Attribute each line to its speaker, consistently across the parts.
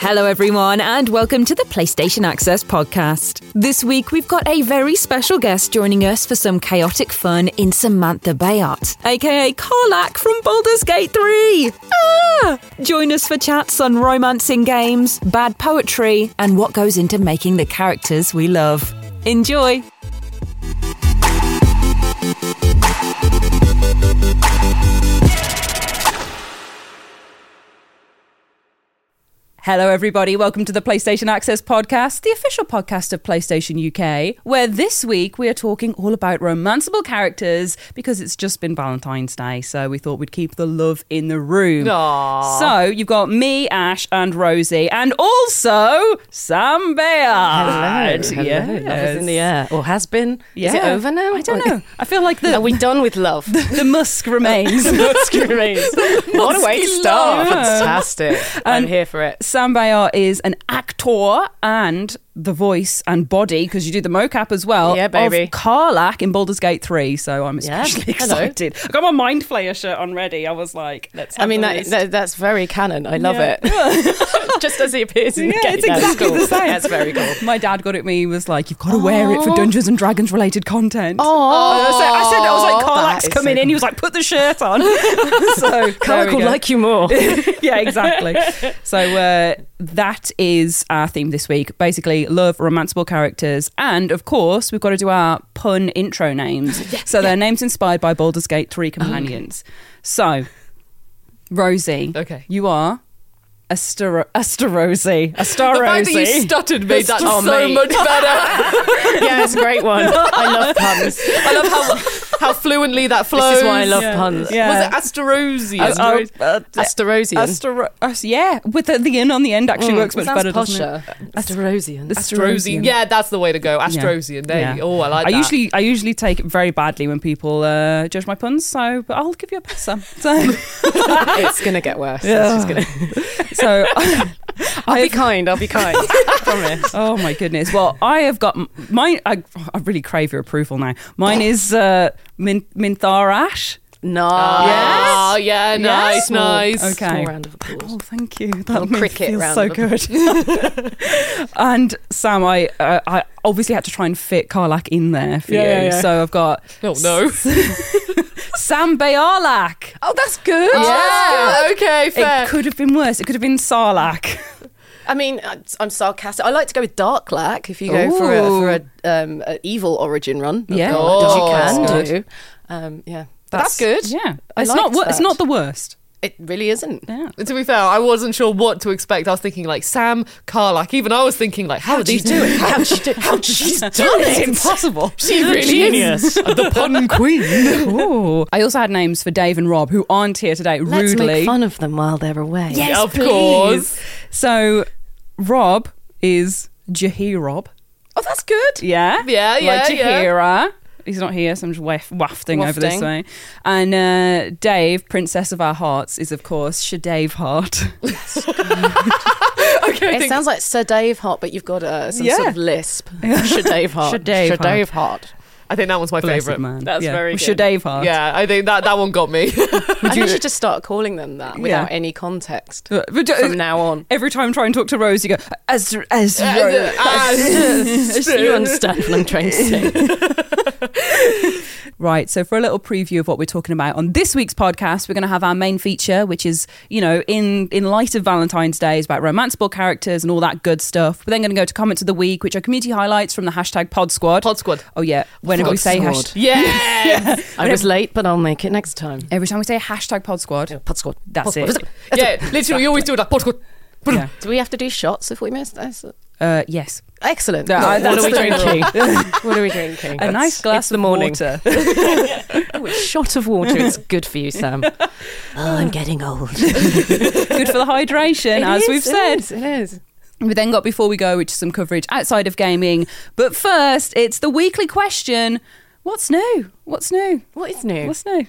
Speaker 1: Hello, everyone, and welcome to the PlayStation Access podcast. This week, we've got a very special guest joining us for some chaotic fun in Samantha Bayart, aka Karlak from Baldur's Gate 3. Ah! Join us for chats on romancing games, bad poetry, and what goes into making the characters we love. Enjoy!
Speaker 2: Hello, everybody. Welcome to the PlayStation Access Podcast, the official podcast of PlayStation UK, where this week we are talking all about romanceable characters because it's just been Valentine's Day, so we thought we'd keep the love in the room. So you've got me, Ash, and Rosie, and also Sam Bayard.
Speaker 3: Hello, hello. Love is in the air, or has been. Is it
Speaker 2: Yeah.
Speaker 3: over now?
Speaker 2: I don't
Speaker 3: Or-
Speaker 2: know. I feel like
Speaker 3: Are
Speaker 2: the,
Speaker 3: we done with love?
Speaker 2: the musk remains.
Speaker 3: Musk remains. What a way to
Speaker 2: Musky
Speaker 3: start!
Speaker 2: love.
Speaker 3: Fantastic. I'm here for it.
Speaker 2: Sam Bayar is an actor and the voice and body because you do the mocap as well.
Speaker 3: Yeah, baby.
Speaker 2: Of Karlak in Baldur's Gate Three, so I'm
Speaker 3: Yeah.
Speaker 2: especially
Speaker 3: Hello.
Speaker 2: excited. I got my Mind Flayer shirt on ready. I was like, let's. Have
Speaker 3: I mean,
Speaker 2: the
Speaker 3: that,
Speaker 2: list.
Speaker 3: that, that's very canon. I love
Speaker 2: Yeah.
Speaker 3: it. Just as he appears in the
Speaker 2: Yeah,
Speaker 3: game.
Speaker 2: it's
Speaker 3: That's
Speaker 2: exactly
Speaker 3: cool.
Speaker 2: the same.
Speaker 3: That's very cool.
Speaker 2: my dad got it me. He was like, you've got to wear it for Dungeons and Dragons related content.
Speaker 3: Aw.
Speaker 2: And I said, I said, I was like,
Speaker 3: That
Speaker 2: Karlak's
Speaker 3: is
Speaker 2: coming
Speaker 3: so
Speaker 2: in. He was like, put the shirt on. so
Speaker 3: Karlak will like you more.
Speaker 2: yeah, exactly. So uh, that is our theme this week. Basically, love romanceable characters, and of course, we've got to do our pun intro names. so they're names inspired by Baldur's Gate
Speaker 3: Oh,
Speaker 2: Three companions. So, Rosie,
Speaker 4: Okay.
Speaker 2: you are a star, a star Rosie, a star
Speaker 4: The fact
Speaker 2: Rosie.
Speaker 4: that you stuttered made that
Speaker 3: Oh,
Speaker 4: so
Speaker 3: mate.
Speaker 4: much better.
Speaker 3: yeah, it's a great one. I love puns. This
Speaker 4: I love how how fluently that flows.
Speaker 3: is why I love puns.
Speaker 2: Yeah.
Speaker 4: Was it Asterosian?
Speaker 2: Oh, oh, uh,
Speaker 3: Asterosian.
Speaker 2: Astero- Ast- yeah, with the, the in on the end actually works much
Speaker 3: Mm, Sounds
Speaker 2: better, doesn't it?
Speaker 3: posher. Asterosian.
Speaker 4: Astrosian. Yeah, that's the way to go. Astrosian. There
Speaker 2: Yeah.
Speaker 4: you go. Oh, I like
Speaker 2: I
Speaker 4: that.
Speaker 2: usually I usually take it very badly when people uh, judge my puns, so but I'll give you a pass, Sam. So,
Speaker 3: It's going to get worse. It's just gonna-
Speaker 2: so
Speaker 3: I'll be kind. I'll be kind. promise.
Speaker 2: oh my goodness. Well, I have got m- mine. I, I really crave your approval now. Mine is uh, Min- Mintharash.
Speaker 3: No.
Speaker 4: Ah, yeah,
Speaker 2: Yes.
Speaker 4: nice, nice.
Speaker 2: Okay.
Speaker 3: round of applause.
Speaker 2: Oh, thank you. That made me
Speaker 3: cricket
Speaker 2: feel
Speaker 3: round
Speaker 2: so
Speaker 3: of applause.
Speaker 2: good. and Sam, I uh, I obviously had to try and fit Karlak in there for
Speaker 3: Yeah,
Speaker 2: you.
Speaker 3: yeah, yeah.
Speaker 2: So I've got
Speaker 4: Oh no.
Speaker 2: Sam Bayarlak.
Speaker 3: Oh, that's good.
Speaker 4: yeah. Okay. Fair.
Speaker 2: It could have been worse. It could have been Sarlak.
Speaker 3: I mean, I- I'm sarcastic. I like to go with dark lack if you go for a, for a, um, a evil origin run. of
Speaker 2: Yeah.
Speaker 3: Dark
Speaker 4: Oh,
Speaker 3: Lack, which
Speaker 4: that's
Speaker 3: you can do. Um, yeah, but that's, good.
Speaker 2: Yeah,
Speaker 3: I
Speaker 2: it's
Speaker 3: liked
Speaker 2: not. wo- It's
Speaker 3: that.
Speaker 2: not the worst.
Speaker 3: It really isn't.
Speaker 2: Yeah.
Speaker 4: to be fair, I wasn't sure what to expect. I was thinking like Sam Carlack. Even I was thinking like, how, are these
Speaker 3: do it? How she do? How she's done
Speaker 2: It's
Speaker 3: it?
Speaker 2: impossible.
Speaker 3: She really
Speaker 4: Genius. the pun queen.
Speaker 2: Ooh. I also had names for Dave and Rob, who aren't here today.
Speaker 3: Let's
Speaker 2: rudely,
Speaker 3: make fun of them while they're away.
Speaker 2: yes,
Speaker 4: Of
Speaker 2: please.
Speaker 4: course.
Speaker 2: So, Rob is Jahir Rob.
Speaker 3: Oh, that's good.
Speaker 2: Yeah,
Speaker 4: Yeah, yeah,
Speaker 2: like
Speaker 4: yeah.
Speaker 2: Jahira. He's not here, so I'm just waf- wafting, over this
Speaker 3: Wafting.
Speaker 2: way. And uh, Dave, Princess of Our Hearts, is of course Shadave Hart.
Speaker 4: okay. I
Speaker 3: It
Speaker 4: think
Speaker 3: sounds like Sir Dave Hart, but you've got uh, some sort
Speaker 2: Yeah.
Speaker 3: of lisp. Sir Dave Hart.
Speaker 2: Sir Dave
Speaker 3: Sir
Speaker 2: Hart.
Speaker 3: Dave Hart.
Speaker 4: I think that one's my
Speaker 2: Blessed
Speaker 4: favorite.
Speaker 2: man.
Speaker 3: That's very good.
Speaker 2: Shadave Hart.
Speaker 4: Yeah, I think that that one got me.
Speaker 3: I think you Uh, should just start calling them that without any context
Speaker 2: But- Uh, but-
Speaker 3: from now on.
Speaker 2: Every time I try and talk to Rose, you go, as, as, Rose.
Speaker 3: you understand what I'm trying to say.
Speaker 2: Right, so for a little preview of what we're talking about on this week's podcast, we're going to have our main feature, which is, you know, in in light of Valentine's Day, is about romanceable characters and all that good stuff. We're then going to go to comments of the week, which are community highlights from the hashtag Pod Squad.
Speaker 4: Pod Squad.
Speaker 2: oh yeah, whenever we
Speaker 3: Pod
Speaker 2: say
Speaker 3: Squad.
Speaker 2: hashtag,
Speaker 4: Yeah.
Speaker 3: I was late, but I'll make it next time.
Speaker 2: every time we say hashtag Pod Squad,
Speaker 3: Pod squad.
Speaker 2: that's it.
Speaker 4: yeah, literally, you always do it like Portugal.
Speaker 2: Yeah.
Speaker 3: Do we have to do shots if we miss this?
Speaker 2: Uh, yes,
Speaker 3: Excellent.
Speaker 2: Yeah, I-
Speaker 3: what
Speaker 2: that's
Speaker 3: are we
Speaker 2: the
Speaker 3: drinking? what are we drinking?
Speaker 2: a
Speaker 3: That's-
Speaker 2: nice
Speaker 3: it's
Speaker 2: glass
Speaker 3: the
Speaker 2: of
Speaker 3: morning.
Speaker 2: water.
Speaker 3: Oh, a shot of water. It's good for you, Sam. oh, I'm getting old.
Speaker 2: Good for the hydration,
Speaker 3: It
Speaker 2: as
Speaker 3: is,
Speaker 2: we've
Speaker 3: it
Speaker 2: said.
Speaker 3: is, it is.
Speaker 2: We then got before we go, which is some coverage outside of gaming. But first, it's the weekly question: What's new? What's new?
Speaker 3: What is new?
Speaker 2: What's new?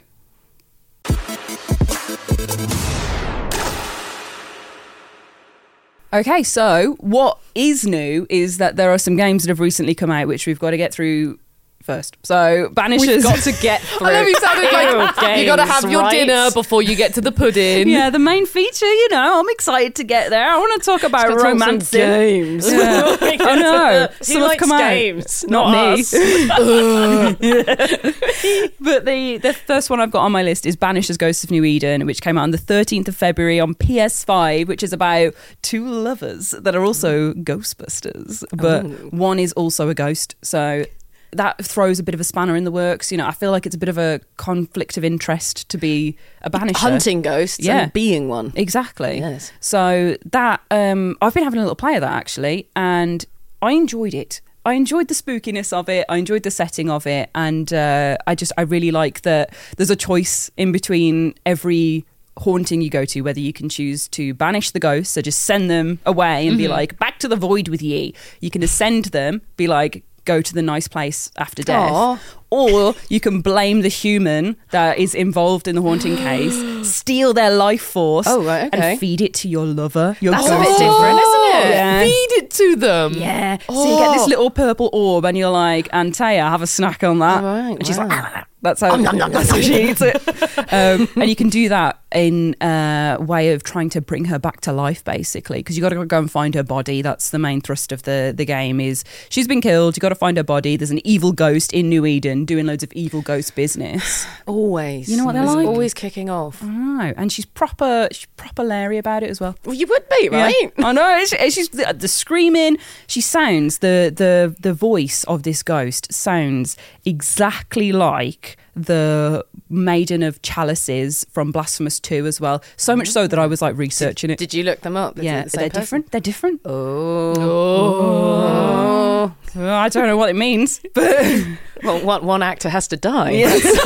Speaker 2: Okay, so what is new is that there are some games that have recently come out which we've got to get through first. So Banishers.
Speaker 4: We've got to get through.
Speaker 2: I know
Speaker 4: you sounded like
Speaker 2: Games,
Speaker 4: you got to have your
Speaker 2: right?
Speaker 4: dinner before you get to the pudding.
Speaker 2: yeah, the main feature, you know, I'm excited to get there. I want to talk about
Speaker 3: Let's talk some
Speaker 2: romancing.
Speaker 3: games.
Speaker 2: Yeah. oh no,
Speaker 3: He
Speaker 2: some have
Speaker 3: likes
Speaker 2: come out.
Speaker 3: games,
Speaker 2: Not,
Speaker 3: not
Speaker 2: me.
Speaker 3: us.
Speaker 2: But the, the first one I've got on my list is Banishers Ghosts of New Eden, which came out on the 13th of February on PS5, which is about two lovers that are also Ghostbusters, but one is also a ghost. So that throws a bit of a spanner in the works. You know, I feel like it's a bit of a conflict of interest to be a banisher.
Speaker 3: Hunting ghosts
Speaker 2: Yeah.
Speaker 3: and being one.
Speaker 2: Exactly.
Speaker 3: Yes.
Speaker 2: So that um, I've been having a little play of that actually, and I enjoyed it. I enjoyed the spookiness of it. I enjoyed the setting of it, and uh, I just I really like that there's a choice in between every haunting you go to whether you can choose to banish the ghosts so just send them away and be
Speaker 3: Mm-hmm.
Speaker 2: like back to the void with ye you can ascend them be like go to the nice place after death
Speaker 3: Aw.
Speaker 2: or you can blame the human that is involved in the haunting case steal their life force
Speaker 3: Oh, right, okay.
Speaker 2: and feed it to your lover your
Speaker 3: That's a bit
Speaker 2: ghost.
Speaker 3: different,
Speaker 4: isn't it?
Speaker 2: Yeah.
Speaker 4: Feed it to them.
Speaker 2: Yeah. So you get
Speaker 3: Oh.
Speaker 2: this little purple orb, and you're like, Antea, have a snack on that.
Speaker 3: Right,
Speaker 2: and she's
Speaker 3: wow.
Speaker 2: like, "Ah." that's how,
Speaker 3: Om nom nom nom
Speaker 2: that's how
Speaker 3: nom.
Speaker 2: she eats it. um, and you can do that in a way of trying to bring her back to life, basically, because you got to go and find her body. That's the main thrust of the, the game is she's been killed. you got to find her body. There's an evil ghost in New Eden doing loads of evil ghost business.
Speaker 3: Always.
Speaker 2: You know what they're
Speaker 3: It's
Speaker 2: like?
Speaker 3: Always kicking off.
Speaker 2: I don't know. And she's proper, she's proper Larry about it as well.
Speaker 3: Well, you would be,
Speaker 2: Yeah.
Speaker 3: right?
Speaker 2: I know. It's, it's just the, the screaming. She sounds the the the voice of this ghost sounds exactly like the maiden of chalices from Blasphemous Two as well. So much so that I was like researching it.
Speaker 3: Did you look them up? Is it
Speaker 2: yeah,
Speaker 3: the same
Speaker 2: they're
Speaker 3: person?
Speaker 2: different. They're different.
Speaker 4: Oh.
Speaker 3: Oh.
Speaker 2: Well, I don't know what it means, but
Speaker 3: Well, one, one actor has to die.
Speaker 2: that's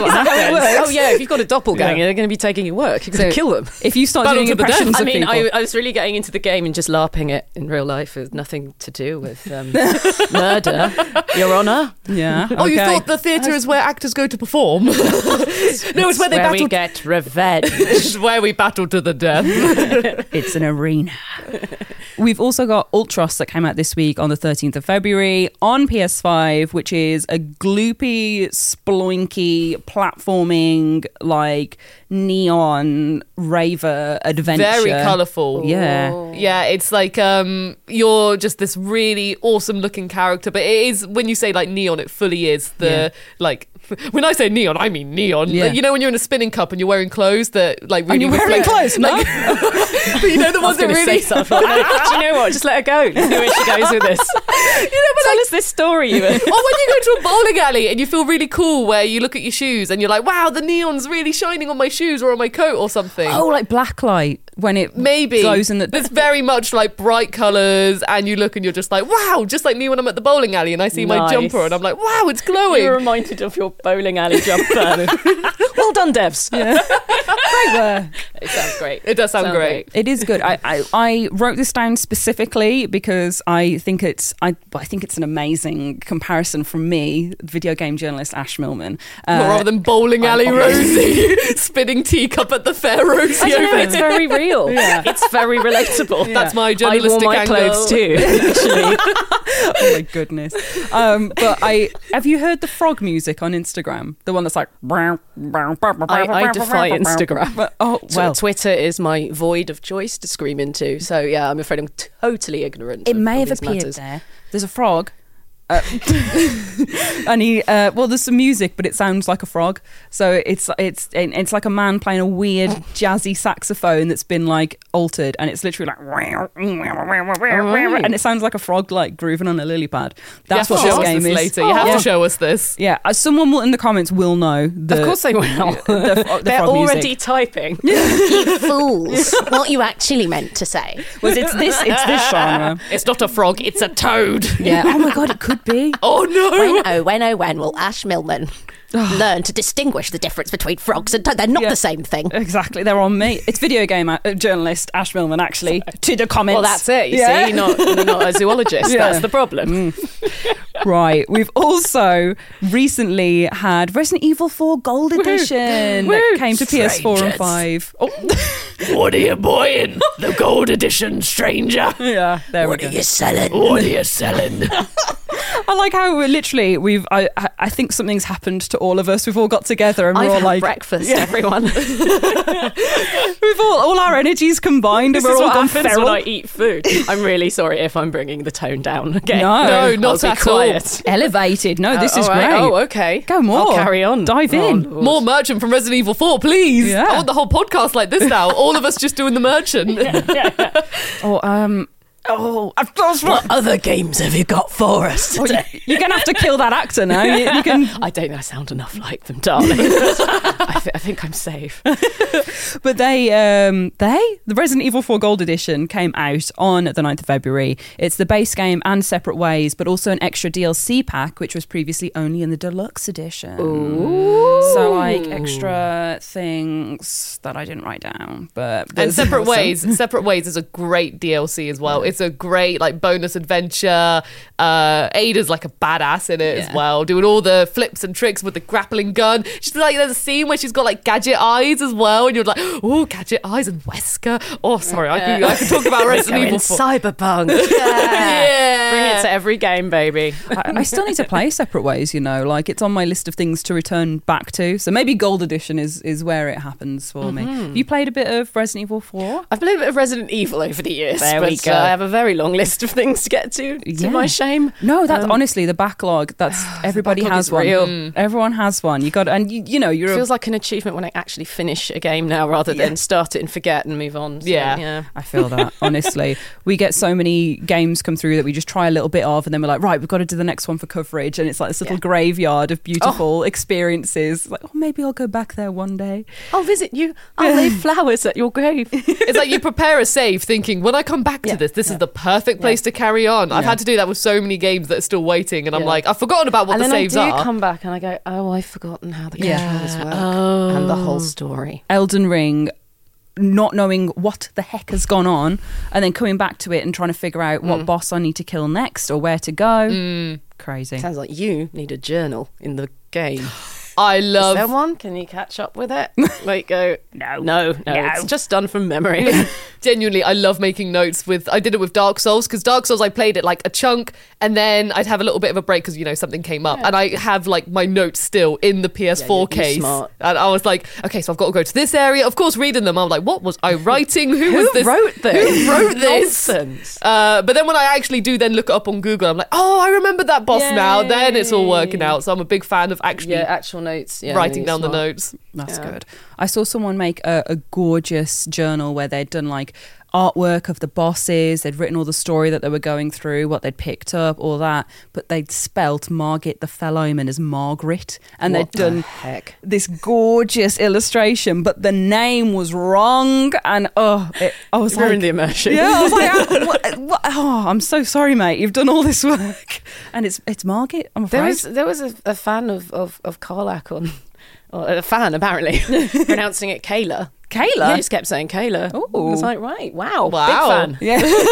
Speaker 2: what happens.
Speaker 3: Oh yeah, if you've got a doppelganger, they're going to be taking your work. You're going to
Speaker 2: So-
Speaker 3: kill them.
Speaker 2: If you start
Speaker 4: Battle
Speaker 2: doing
Speaker 4: to the death.
Speaker 2: impressions
Speaker 4: Tons
Speaker 3: I
Speaker 2: of
Speaker 3: mean,
Speaker 2: people,
Speaker 3: I, I was really getting into the game and just larping it in real life with nothing to do with um, murder, Your Honour.
Speaker 2: yeah.
Speaker 4: Oh, you
Speaker 2: okay.
Speaker 4: thought the theatre is where actors go to perform? no, it's where they
Speaker 3: Where we
Speaker 4: battle.
Speaker 3: get revenge.
Speaker 4: This is where we battle to the death.
Speaker 2: It's an arena. We've also got Ultros that came out this week on the 13th of February on PS5, which is a gloopy, sploinky, platforming, like neon raver adventure.
Speaker 4: Very colourful.
Speaker 2: Yeah.
Speaker 4: Yeah, it's like um, you're just this really awesome looking character, but it is when you say like neon, it fully is the
Speaker 2: Yeah.
Speaker 4: like. When I say neon, I mean neon.
Speaker 2: Yeah.
Speaker 4: You know when you're in a spinning cup and you're wearing clothes that like really
Speaker 2: you're wearing
Speaker 4: reflect-
Speaker 2: clothes, no?
Speaker 4: like, but you know the ones that really.
Speaker 3: something. Do you know what? Just let her go. Let's see where she goes with this. Tell us this story you were.
Speaker 4: or when you go to a bowling alley and you feel really cool, where you look at your shoes and you're like, "Wow, the neon's really shining on my shoes or on my coat or something."
Speaker 2: Oh, like blacklight when it
Speaker 4: Maybe
Speaker 2: goes in the.
Speaker 4: there's very much like bright colours, and you look and you're just like, wow, just like me when I'm at the bowling alley and I see my
Speaker 3: Nice.
Speaker 4: jumper and I'm like, wow, it's glowing.
Speaker 3: You're reminded of your bowling alley jumper. well done, Debs. It sounds great.
Speaker 4: it does sound
Speaker 3: Sounds
Speaker 4: great.
Speaker 2: It is good. I, I, I wrote this down specifically because I think it's I, I think it's an amazing comparison from me, video game journalist Ash Millman. Uh,
Speaker 4: Well, rather than bowling alley Rosie spinning teacup at the fair
Speaker 3: I
Speaker 4: Rosie.
Speaker 3: don't know,
Speaker 4: over-
Speaker 3: it's very real. It's very relatable.
Speaker 4: That's my
Speaker 3: I
Speaker 4: journalistic
Speaker 3: wore my
Speaker 4: angle.
Speaker 3: clothes too. Actually,
Speaker 2: oh my goodness. Um, but I have you heard the frog music on Instagram? The one that's like I,
Speaker 3: I defy Instagram.
Speaker 2: Oh well,
Speaker 3: well, Twitter is my void of choice to scream into. So yeah, I'm afraid I'm totally ignorant.
Speaker 2: it
Speaker 3: of-
Speaker 2: may
Speaker 3: of
Speaker 2: have
Speaker 3: these
Speaker 2: appeared
Speaker 3: matters.
Speaker 2: there. There's a frog. Uh, and he uh, well there's some music but it sounds like a frog so it's it's it's like a man playing a weird jazzy saxophone that's been like altered and it's literally like
Speaker 3: Oh,
Speaker 2: and it sounds like a frog like grooving on a lily pad that's
Speaker 4: you
Speaker 2: what
Speaker 4: have to
Speaker 2: this
Speaker 4: show us
Speaker 2: game
Speaker 4: this
Speaker 2: is
Speaker 4: later. You have
Speaker 3: Oh.
Speaker 2: yeah.
Speaker 4: to show us this.
Speaker 2: Yeah, uh, someone will in the comments will know. The,
Speaker 3: Of course they will.
Speaker 2: the, the
Speaker 3: They're
Speaker 2: frog music.
Speaker 3: already typing.
Speaker 5: fools what you actually meant to say.
Speaker 2: Was it's this? It's this genre.
Speaker 4: It's not a frog, it's a toad.
Speaker 2: Yeah. Oh my god, it could be.
Speaker 4: Oh no!
Speaker 5: When oh when oh when will Ash Milman learn to distinguish the difference between frogs and toads? They're not
Speaker 2: Yeah.
Speaker 5: the same thing.
Speaker 2: Exactly, they're on me. It's video game uh, journalist Ash Millman actually to the comments.
Speaker 3: Well, that's it. You
Speaker 2: Yeah.
Speaker 3: see, not not a zoologist.
Speaker 2: Yeah.
Speaker 3: That's the problem.
Speaker 2: right. We've also recently had Resident Evil 4 Gold Edition that came to PS4 and 5. Oh,
Speaker 6: What are you buying? The gold edition, stranger.
Speaker 2: yeah, there we go.
Speaker 5: selling?
Speaker 6: What are you selling?
Speaker 2: I like how we're literally we've. I, I- I think something's happened to all of us. We've all got together and we're
Speaker 3: I've
Speaker 2: all
Speaker 3: had
Speaker 2: like
Speaker 3: breakfast, everyone.
Speaker 2: we've all all our energies combined and
Speaker 7: This
Speaker 2: we're
Speaker 7: is
Speaker 2: all
Speaker 7: what
Speaker 2: gone
Speaker 7: happens
Speaker 2: feral.
Speaker 7: when I eat food.
Speaker 3: I'm really sorry if I'm bringing the tone down. Okay,
Speaker 2: No.
Speaker 4: No,
Speaker 2: I'll
Speaker 4: not
Speaker 3: be
Speaker 4: at
Speaker 3: quiet.
Speaker 2: Elevated. No, this
Speaker 3: Uh,
Speaker 2: is
Speaker 3: all right.
Speaker 2: great.
Speaker 3: Oh, okay.
Speaker 2: Go more.
Speaker 3: I'll carry on.
Speaker 2: Dive
Speaker 3: Oh,
Speaker 2: in.
Speaker 4: all. More merchant from Resident Evil 4, please.
Speaker 2: Yeah.
Speaker 4: I want the whole podcast like this now. All of us just doing the merchant.
Speaker 2: Oh, um. Oh, I've lost one.
Speaker 3: Other games have you got for us today?
Speaker 2: You're gonna have to kill that actor now. You, you can.
Speaker 3: I don't think I sound enough like them, darling. I, th- I think I'm safe.
Speaker 2: But they, um, they, the Resident Evil 4 Gold Edition came out on the 9th of February. It's the base game and Separate Ways, but also an extra DLC pack, which was previously only in the deluxe edition. So like extra things that I didn't write down, but
Speaker 4: and
Speaker 2: there's-
Speaker 4: separate
Speaker 2: awesome.
Speaker 4: ways separate ways is a great dlc as well it's a great like bonus adventure uh ada's like a badass in it as
Speaker 2: Yeah.
Speaker 4: well doing all the flips and tricks with the grappling gun she's like there's a scene where she's got like gadget eyes as well and you're like oh gadget eyes and wesker oh sorry i can, I can talk about resident evil 4
Speaker 3: cyberpunk.
Speaker 4: yeah
Speaker 7: Bring it to every game, baby.
Speaker 2: I, I still need to play Separate Ways. You know, like it's on my list of things to return back to. So maybe Gold Edition is is where it happens for me.
Speaker 4: Mm-hmm.
Speaker 2: Have you played a bit of Resident Evil 4?
Speaker 3: I've played a bit of Resident Evil over the years,
Speaker 7: There
Speaker 3: but
Speaker 7: we go.
Speaker 3: uh, I have a very long list of things to get to. To
Speaker 2: Yeah.
Speaker 3: my shame,
Speaker 2: No, that's honestly the backlog. That's everybody
Speaker 3: Um, backlog
Speaker 2: has
Speaker 3: is
Speaker 2: one.
Speaker 3: real.
Speaker 2: Everyone has one. You got and you, you know you're
Speaker 3: it
Speaker 2: a-
Speaker 3: feels like an achievement when I actually finish a game now, rather than start it and forget and move on. So,
Speaker 4: Yeah.
Speaker 3: yeah.
Speaker 2: I feel that honestly. We get so many games come through that we just try a little bit of, and then we're like, right, we've got to do the next one for coverage, and it's like this little graveyard
Speaker 3: Oh.
Speaker 2: of beautiful experiences. Like, oh, maybe I'll go back there one day.
Speaker 3: I'll visit you. I'll leave flowers at your grave.
Speaker 4: it's like you prepare a save thinking when i come back to this this is the perfect place to carry on i've had to do that with so many games that are still waiting and i'm
Speaker 3: Yeah.
Speaker 4: like i've forgotten about what
Speaker 3: and
Speaker 4: the
Speaker 3: then
Speaker 4: saves
Speaker 3: I do
Speaker 4: are
Speaker 3: come back and I go, oh, I've forgotten how the
Speaker 2: Yeah.
Speaker 3: controls work and the whole story.
Speaker 2: Elden Ring, not knowing what the heck has gone on, and then coming back to it and trying to figure out
Speaker 3: Mm.
Speaker 2: what boss I need to kill next or where to go. Crazy.
Speaker 3: Sounds like you need a journal in the game.
Speaker 4: i
Speaker 3: Is
Speaker 4: love
Speaker 3: there one? Can you catch up with it? Like, go, no, no, no, It's just done from memory.
Speaker 4: genuinely i love making notes with i did it with dark souls because dark souls i played it like a chunk and then i'd have a little bit of a break because you know something came up and i have like my notes still in the ps4
Speaker 3: you're
Speaker 4: case
Speaker 3: smart.
Speaker 4: and i was like okay so i've got to go to this area of course reading them i'm like what was i writing who, was this
Speaker 3: wrote this?
Speaker 4: who wrote this
Speaker 3: Nonsense.
Speaker 4: uh, but then when i actually do then look it up on google i'm like oh i remember that boss now then it's all working out so i'm a big fan of actually
Speaker 3: Yeah, actual notes. Yeah,
Speaker 4: writing
Speaker 3: you're
Speaker 4: down the
Speaker 3: smart.
Speaker 4: notes
Speaker 2: That's good. I saw someone make a, a gorgeous journal where they'd done like artwork of the bosses, they'd written all the story that they were going through, what they'd picked up, all that, but they'd spelt Margit the Fellow Omen as Margaret and
Speaker 3: What
Speaker 2: they'd done
Speaker 3: the heck?
Speaker 2: this gorgeous illustration, but the name was wrong and oh, it, I was
Speaker 3: Ruined
Speaker 2: like,
Speaker 3: the immersion.
Speaker 2: yeah, I was like, "Ah, what, what- oh, I'm so sorry, mate. You've done all this work, and it's it's Margit. I'm afraid.
Speaker 3: There was there was a, a fan of of of Karlak on, or a fan apparently pronouncing it Kayla. He
Speaker 2: Kayla.
Speaker 3: just kept saying Kayla.
Speaker 2: Ooh.
Speaker 3: I was like, right, wow,
Speaker 4: Wow.
Speaker 3: big fan.
Speaker 2: Yeah.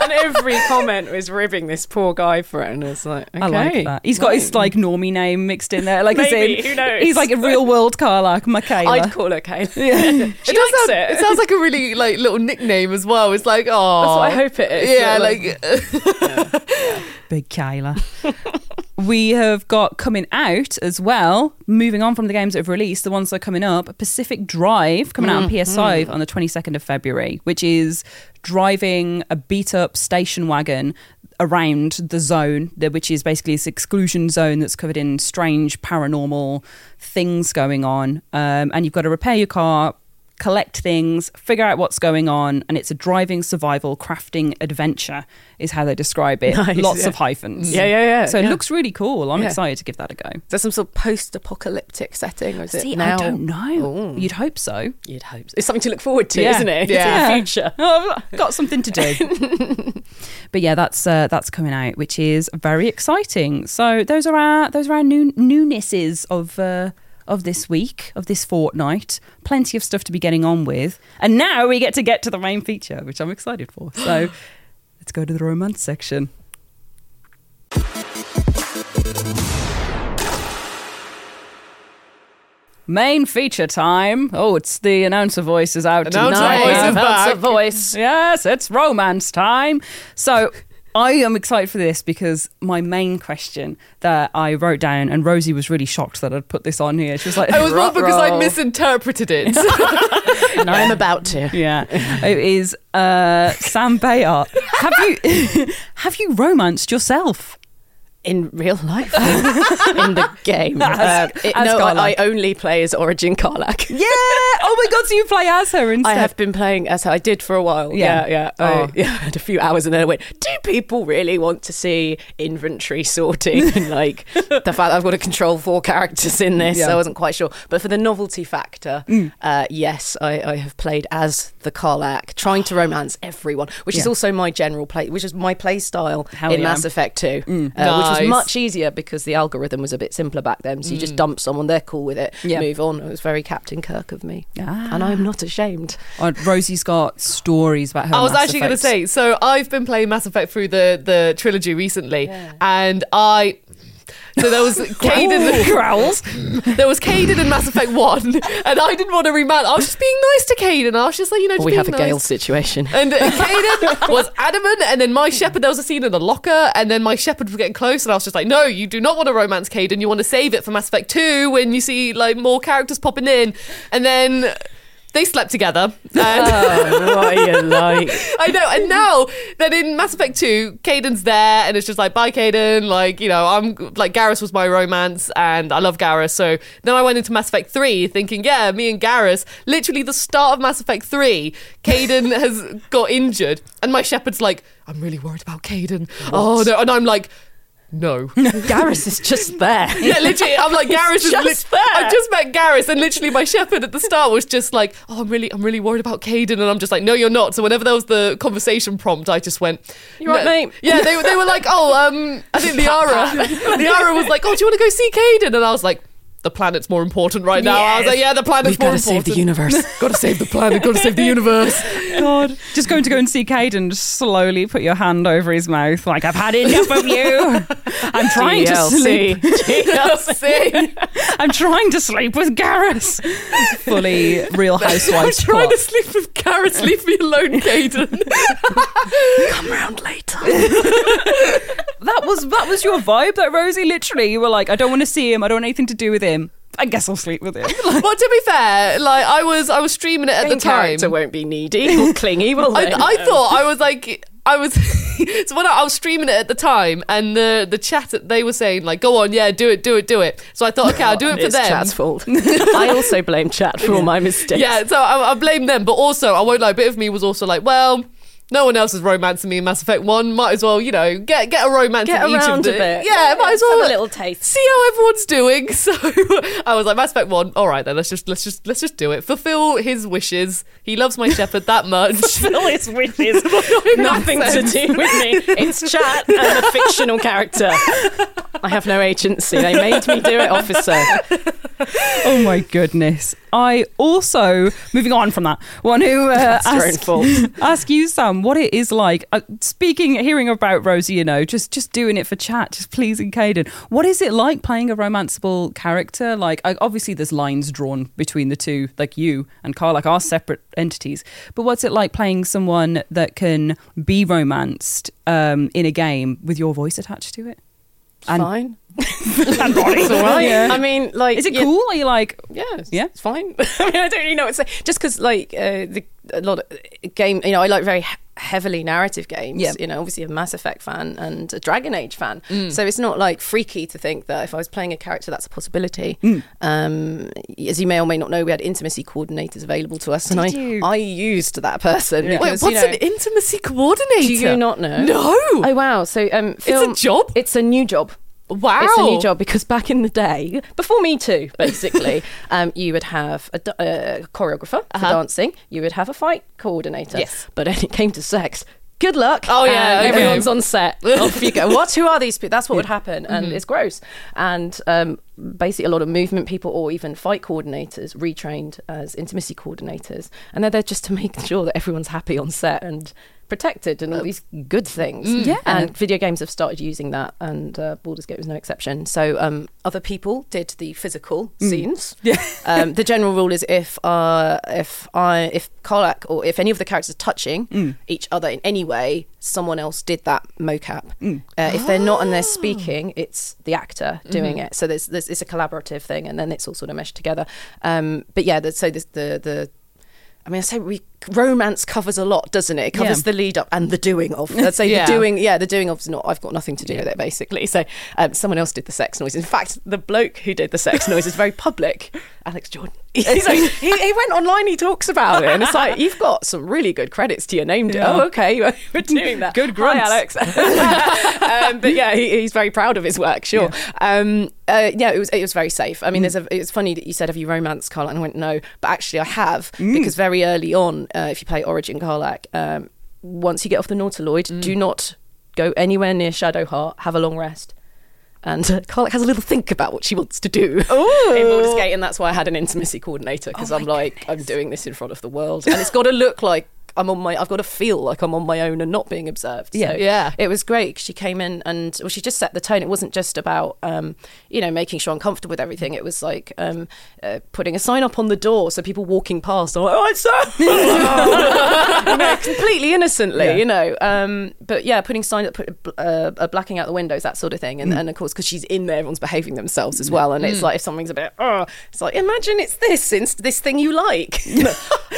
Speaker 3: And every comment was ribbing this poor guy for it, and it's like, okay,
Speaker 2: I like that. He's got his like normie name mixed in there. Like
Speaker 7: Maybe,
Speaker 2: as in,
Speaker 7: who knows?
Speaker 2: He's like a real world Carlac
Speaker 3: I'd
Speaker 2: Michaela.
Speaker 3: call her Kayla.
Speaker 4: it,
Speaker 3: she
Speaker 4: does
Speaker 3: likes
Speaker 4: sound-
Speaker 3: it.
Speaker 4: it sounds like a really like little nickname as well it's like oh
Speaker 3: That's what I hope it is.
Speaker 4: yeah, like,
Speaker 2: Big Kayla. we have got coming out as well. Moving on from the games that have released, the ones that are coming up. Pacific Drive coming out on PS5 on the 22nd of February, which is driving a beat up station wagon around the zone, the- which is basically this exclusion zone that's covered in strange paranormal things going on. Um, and you've got to repair your car, collect things, figure out what's going on, and it's a driving survival crafting adventure is how they describe it. Lots
Speaker 3: yeah.
Speaker 2: of hyphens.
Speaker 3: Yeah, yeah, yeah,
Speaker 2: So it
Speaker 3: yeah.
Speaker 2: looks really cool. I'm
Speaker 3: Yeah.
Speaker 2: excited to give that a go.
Speaker 3: Is there some sort of post-apocalyptic setting, or is
Speaker 2: See,
Speaker 3: it now?
Speaker 2: I don't know. You'd hope so.
Speaker 3: You'd hope so. It's something to look forward to,
Speaker 2: Yeah.
Speaker 3: isn't it? It's
Speaker 2: Yeah.
Speaker 3: in the future.
Speaker 2: Oh, I've got something to do. but yeah, that's uh, that's coming out, which is very exciting. So those are our those are our new newnesses of uh, of this week, of this fortnight. Plenty of stuff to be getting on with, and now we get to get to the main feature, which I'm excited for. So let's go to the romance section. Main feature time. Oh, it's the announcer voice is out.
Speaker 4: Announcer
Speaker 2: tonight.
Speaker 4: voice is
Speaker 2: Yeah.
Speaker 4: back.
Speaker 3: voice.
Speaker 2: Yes, it's romance time. So I am excited for this because my main question that I wrote down, and Rosie was really shocked that I'd put this on here. She was like,
Speaker 4: I was wrong
Speaker 2: "Ruh-roh."
Speaker 4: because I misinterpreted it.
Speaker 3: And I'm about to.
Speaker 2: Yeah, it is uh, Sam Bayard. Have you have you romanced yourself?
Speaker 3: in real life in the game. Uh,
Speaker 2: As-
Speaker 3: it-
Speaker 2: as
Speaker 3: no, I, I
Speaker 2: Garlac.
Speaker 3: only play as Origin Karlak.
Speaker 2: Yeah. Oh my God! So you play as her instead?
Speaker 3: I have been playing as I did for a while. Yeah,
Speaker 2: Yeah.
Speaker 3: yeah.
Speaker 2: Oh.
Speaker 3: I, yeah, had a few hours and then I went, do people really want to see inventory sorting and like the fact that I've got to control four characters in this?
Speaker 2: Yeah. Mm.
Speaker 3: I wasn't quite sure. But for the novelty factor, uh, yes, I, I have played as the Karlak, trying to romance everyone, which is
Speaker 2: Yeah.
Speaker 3: also my general play, which is my play style
Speaker 2: Hell
Speaker 3: in
Speaker 2: yeah. Mm.
Speaker 3: Mass Effect 2, uh, which
Speaker 4: Nice.
Speaker 3: was much easier because the algorithm was a bit simpler back then. So you just dump someone, they're cool with it,
Speaker 2: Mm. Yeah.
Speaker 3: move on. It was very Captain Kirk of me. And I'm not ashamed.
Speaker 2: Ah. Oh, Rosie's got stories about her.
Speaker 4: I was
Speaker 2: Mass
Speaker 4: actually going to
Speaker 2: Effects.
Speaker 4: say. So I've been playing Mass Effect through the the trilogy recently, and I. So there was Caden growls. There was Caden in Mass Effect One, and I didn't want to rematch. I was just being nice to Caden. I was just like, you know, just
Speaker 3: we
Speaker 4: being
Speaker 3: have a
Speaker 4: nice.
Speaker 3: Gale situation.
Speaker 4: And uh, Caden was adamant, and then my shepherd. There was a scene in the locker, and then my shepherd was getting close, and I was just like, "No, you do not want to romance Caden. You want to save it for Mass Effect Two when you see like more characters popping in." And then they slept together. And
Speaker 3: what are you like?
Speaker 4: I know, and now that in Mass Effect Two, Caden's there, and it's just like, "Bye, Caden." Like you know, I'm like Garrus was my romance, and I love Garrus. So then I went into Mass Effect Three, thinking, "Yeah, me and Garrus." Literally, the start of Mass Effect Three, Caden has got injured, and my shepherd's like, "I'm really worried about Caden." Oh no, and I'm like. No. yeah,
Speaker 3: Garrus is just there.
Speaker 4: literally. I'm like Garrus is
Speaker 3: just
Speaker 4: lit-
Speaker 3: there.
Speaker 4: I just met Garrus, and literally my shepherd at the start was just like, "Oh, I'm really, I'm really worried about Caden," and I'm just like, "No, you're not." So whenever there was the conversation prompt, I just went, "You
Speaker 3: right, mate?"
Speaker 4: Yeah, they, they were like, "Oh, um, I think Liara, Liara was like, "Oh, do you want to go see Caden?" And I was like. The planet's more important right now. I was like, yeah, the planet's
Speaker 3: We've
Speaker 4: more
Speaker 3: got to
Speaker 4: important.
Speaker 3: save the universe.
Speaker 4: Gotta save the planet. Gotta save the universe.
Speaker 2: God. Just going to go and see Caden, just slowly put your hand over his mouth, like, I've had enough of you. I'm trying to sleep.
Speaker 4: DLC.
Speaker 2: I'm trying to sleep with Garrus. Fully real
Speaker 4: I'm
Speaker 2: housewives.
Speaker 4: trying
Speaker 2: plot.
Speaker 4: to sleep with Garrett. Leave me alone, Caden.
Speaker 2: That was that was your vibe, that Rosie. Literally, you were like, I don't want to see him. I don't want anything to do with him. I guess I'll sleep with him.
Speaker 4: well, to be fair, like I was, I was streaming it at the time.
Speaker 3: character won't be needy or clingy, will
Speaker 4: I,
Speaker 3: they?
Speaker 4: I thought I was like I was so when I, I was streaming it at the time and the the chat they were saying like go on yeah do it do it do it so I thought okay I'll do it for
Speaker 3: it's
Speaker 4: them
Speaker 3: Chat's fault. I also blame Chat for all my mistakes.
Speaker 4: yeah so I, I blame them but also I won't lie a bit of me was also like well no one else is romancing me in Mass Effect One might as well you know get get a romance
Speaker 3: Get
Speaker 4: in each
Speaker 3: around
Speaker 4: of
Speaker 3: a
Speaker 4: the,
Speaker 3: bit.
Speaker 4: yeah might as
Speaker 5: Let's have
Speaker 4: well
Speaker 5: a little taste.
Speaker 4: see how everyone's doing so I was like Mass Effect One all right then let's just let's just let's just do it fulfill his wishes he loves my shepherd that much
Speaker 7: Phyllis witches.
Speaker 3: Nothing to do with me. It's Chat and the fictional character. I have no agency. They made me do it, officer.
Speaker 2: oh my goodness. I also, moving on from that, want to uh,
Speaker 3: your own
Speaker 2: ask, ask you, Sam, what it is like. Uh, speaking, hearing about Rosie, you know, just just doing it for chat, just pleasing Caden. What is it like playing a romanceable character? Like, I, obviously, there's lines drawn between the two, like you and Carl, like are separate entities. But what's it like playing someone that can be romanced um, in a game with your voice attached to it? And-
Speaker 3: fine.
Speaker 2: And body,
Speaker 3: It's all right. I mean, like,
Speaker 2: is it
Speaker 3: you-
Speaker 2: cool? Are you like,
Speaker 3: Yeah, it's,
Speaker 2: Yeah?
Speaker 3: it's fine. I mean, I don't really know what to say. Just because, like, uh, the, a lot of uh, game, you know, I like very he- heavily narrative games.
Speaker 2: Yeah.
Speaker 3: You know, obviously a Mass Effect fan and a Dragon Age fan. So it's not like freaky to think that if I was playing a character, that's a possibility. Um, as you may or may not know, we had intimacy coordinators available to us, and
Speaker 2: Did
Speaker 3: I
Speaker 2: you?
Speaker 3: I used that person
Speaker 4: Wait,
Speaker 3: because
Speaker 4: what's
Speaker 3: you know.
Speaker 4: an intimacy coordinator?
Speaker 3: do you not know?
Speaker 4: No.
Speaker 3: Oh wow! So um, film,
Speaker 4: job?
Speaker 3: It's a new job.
Speaker 4: wow.
Speaker 3: It's a new job because back in the day, before Me Too, basically, um, you would have a d- uh, choreographer for dancing, you would have a fight coordinator.
Speaker 4: Uh-huh. Yes.
Speaker 3: But when it came to sex, good luck.
Speaker 4: Oh, yeah,
Speaker 3: and
Speaker 4: okay.
Speaker 3: everyone's on set. Off you go. What? Who are these people? That's what would happen, and it's gross. And um, basically, a lot of movement people or even fight coordinators retrained as intimacy coordinators, and they're there just to make sure that everyone's happy on set and protected and all these good things.
Speaker 2: Yeah.
Speaker 3: And video games have started using that, and uh, Baldur's Gate was no exception. So um, other people did the physical scenes. Yeah. um, the general rule is if uh, if I if Karlak or if any of the characters are touching each other in any way, someone else did that mocap. Uh, if they're not and they're speaking, it's the actor doing it. So there's, there's it's a collaborative thing, and then it's all sort of meshed together. Um, but yeah, the, so this, the the I mean, I say we romance covers a lot, doesn't it? It covers the lead up and the doing of. Let's say
Speaker 4: Yeah.
Speaker 3: the doing, yeah, the doing of's not. I've got nothing to do with it, basically. So um, someone else did the sex noise. In fact, the bloke who did the sex noise is very public, Alex Jordan. so he, he went online. He talks about it, and it's like you've got some really good credits to your name. dear. Oh, okay, we're doing that.
Speaker 2: Good
Speaker 3: Hi, Alex.
Speaker 2: grunts.
Speaker 3: um, but yeah, he, he's very proud of his work. Sure. Um, uh, yeah, it was it was very safe.
Speaker 2: Mm.
Speaker 3: I mean, there's a. It's funny that you said, "Have you romanced Karlak?" And I went, "No," but actually, I have
Speaker 2: Mm.
Speaker 3: because very early on, uh, if you play Origin Karlak, um, once you get off the Nautiloid,
Speaker 2: Mm.
Speaker 3: do not go anywhere near Shadowheart. Have a long rest. And uh, Karlak has a little think about what she wants to do in Baldur's Gate, and that's why I had an intimacy coordinator because I'm like, I'm doing this in front of the world, and it's got to look like I'm on my, I've got to feel like I'm on my own and not being observed.
Speaker 2: Yeah.
Speaker 4: Yeah.
Speaker 3: It was great. She came in and well, she just set the tone. It wasn't just about, um, you know, making sure I'm comfortable with everything. It was like um, uh, putting a sign up on the door so people walking past are like, "Oh, it's so," you know, completely innocently, you know. Um, but yeah, putting sign up, put, uh, uh, blacking out the windows, that sort of thing. And, and of course, because she's in there, everyone's behaving themselves as well. And it's like if something's a bit, oh, it's like imagine it's this, it's this thing you like.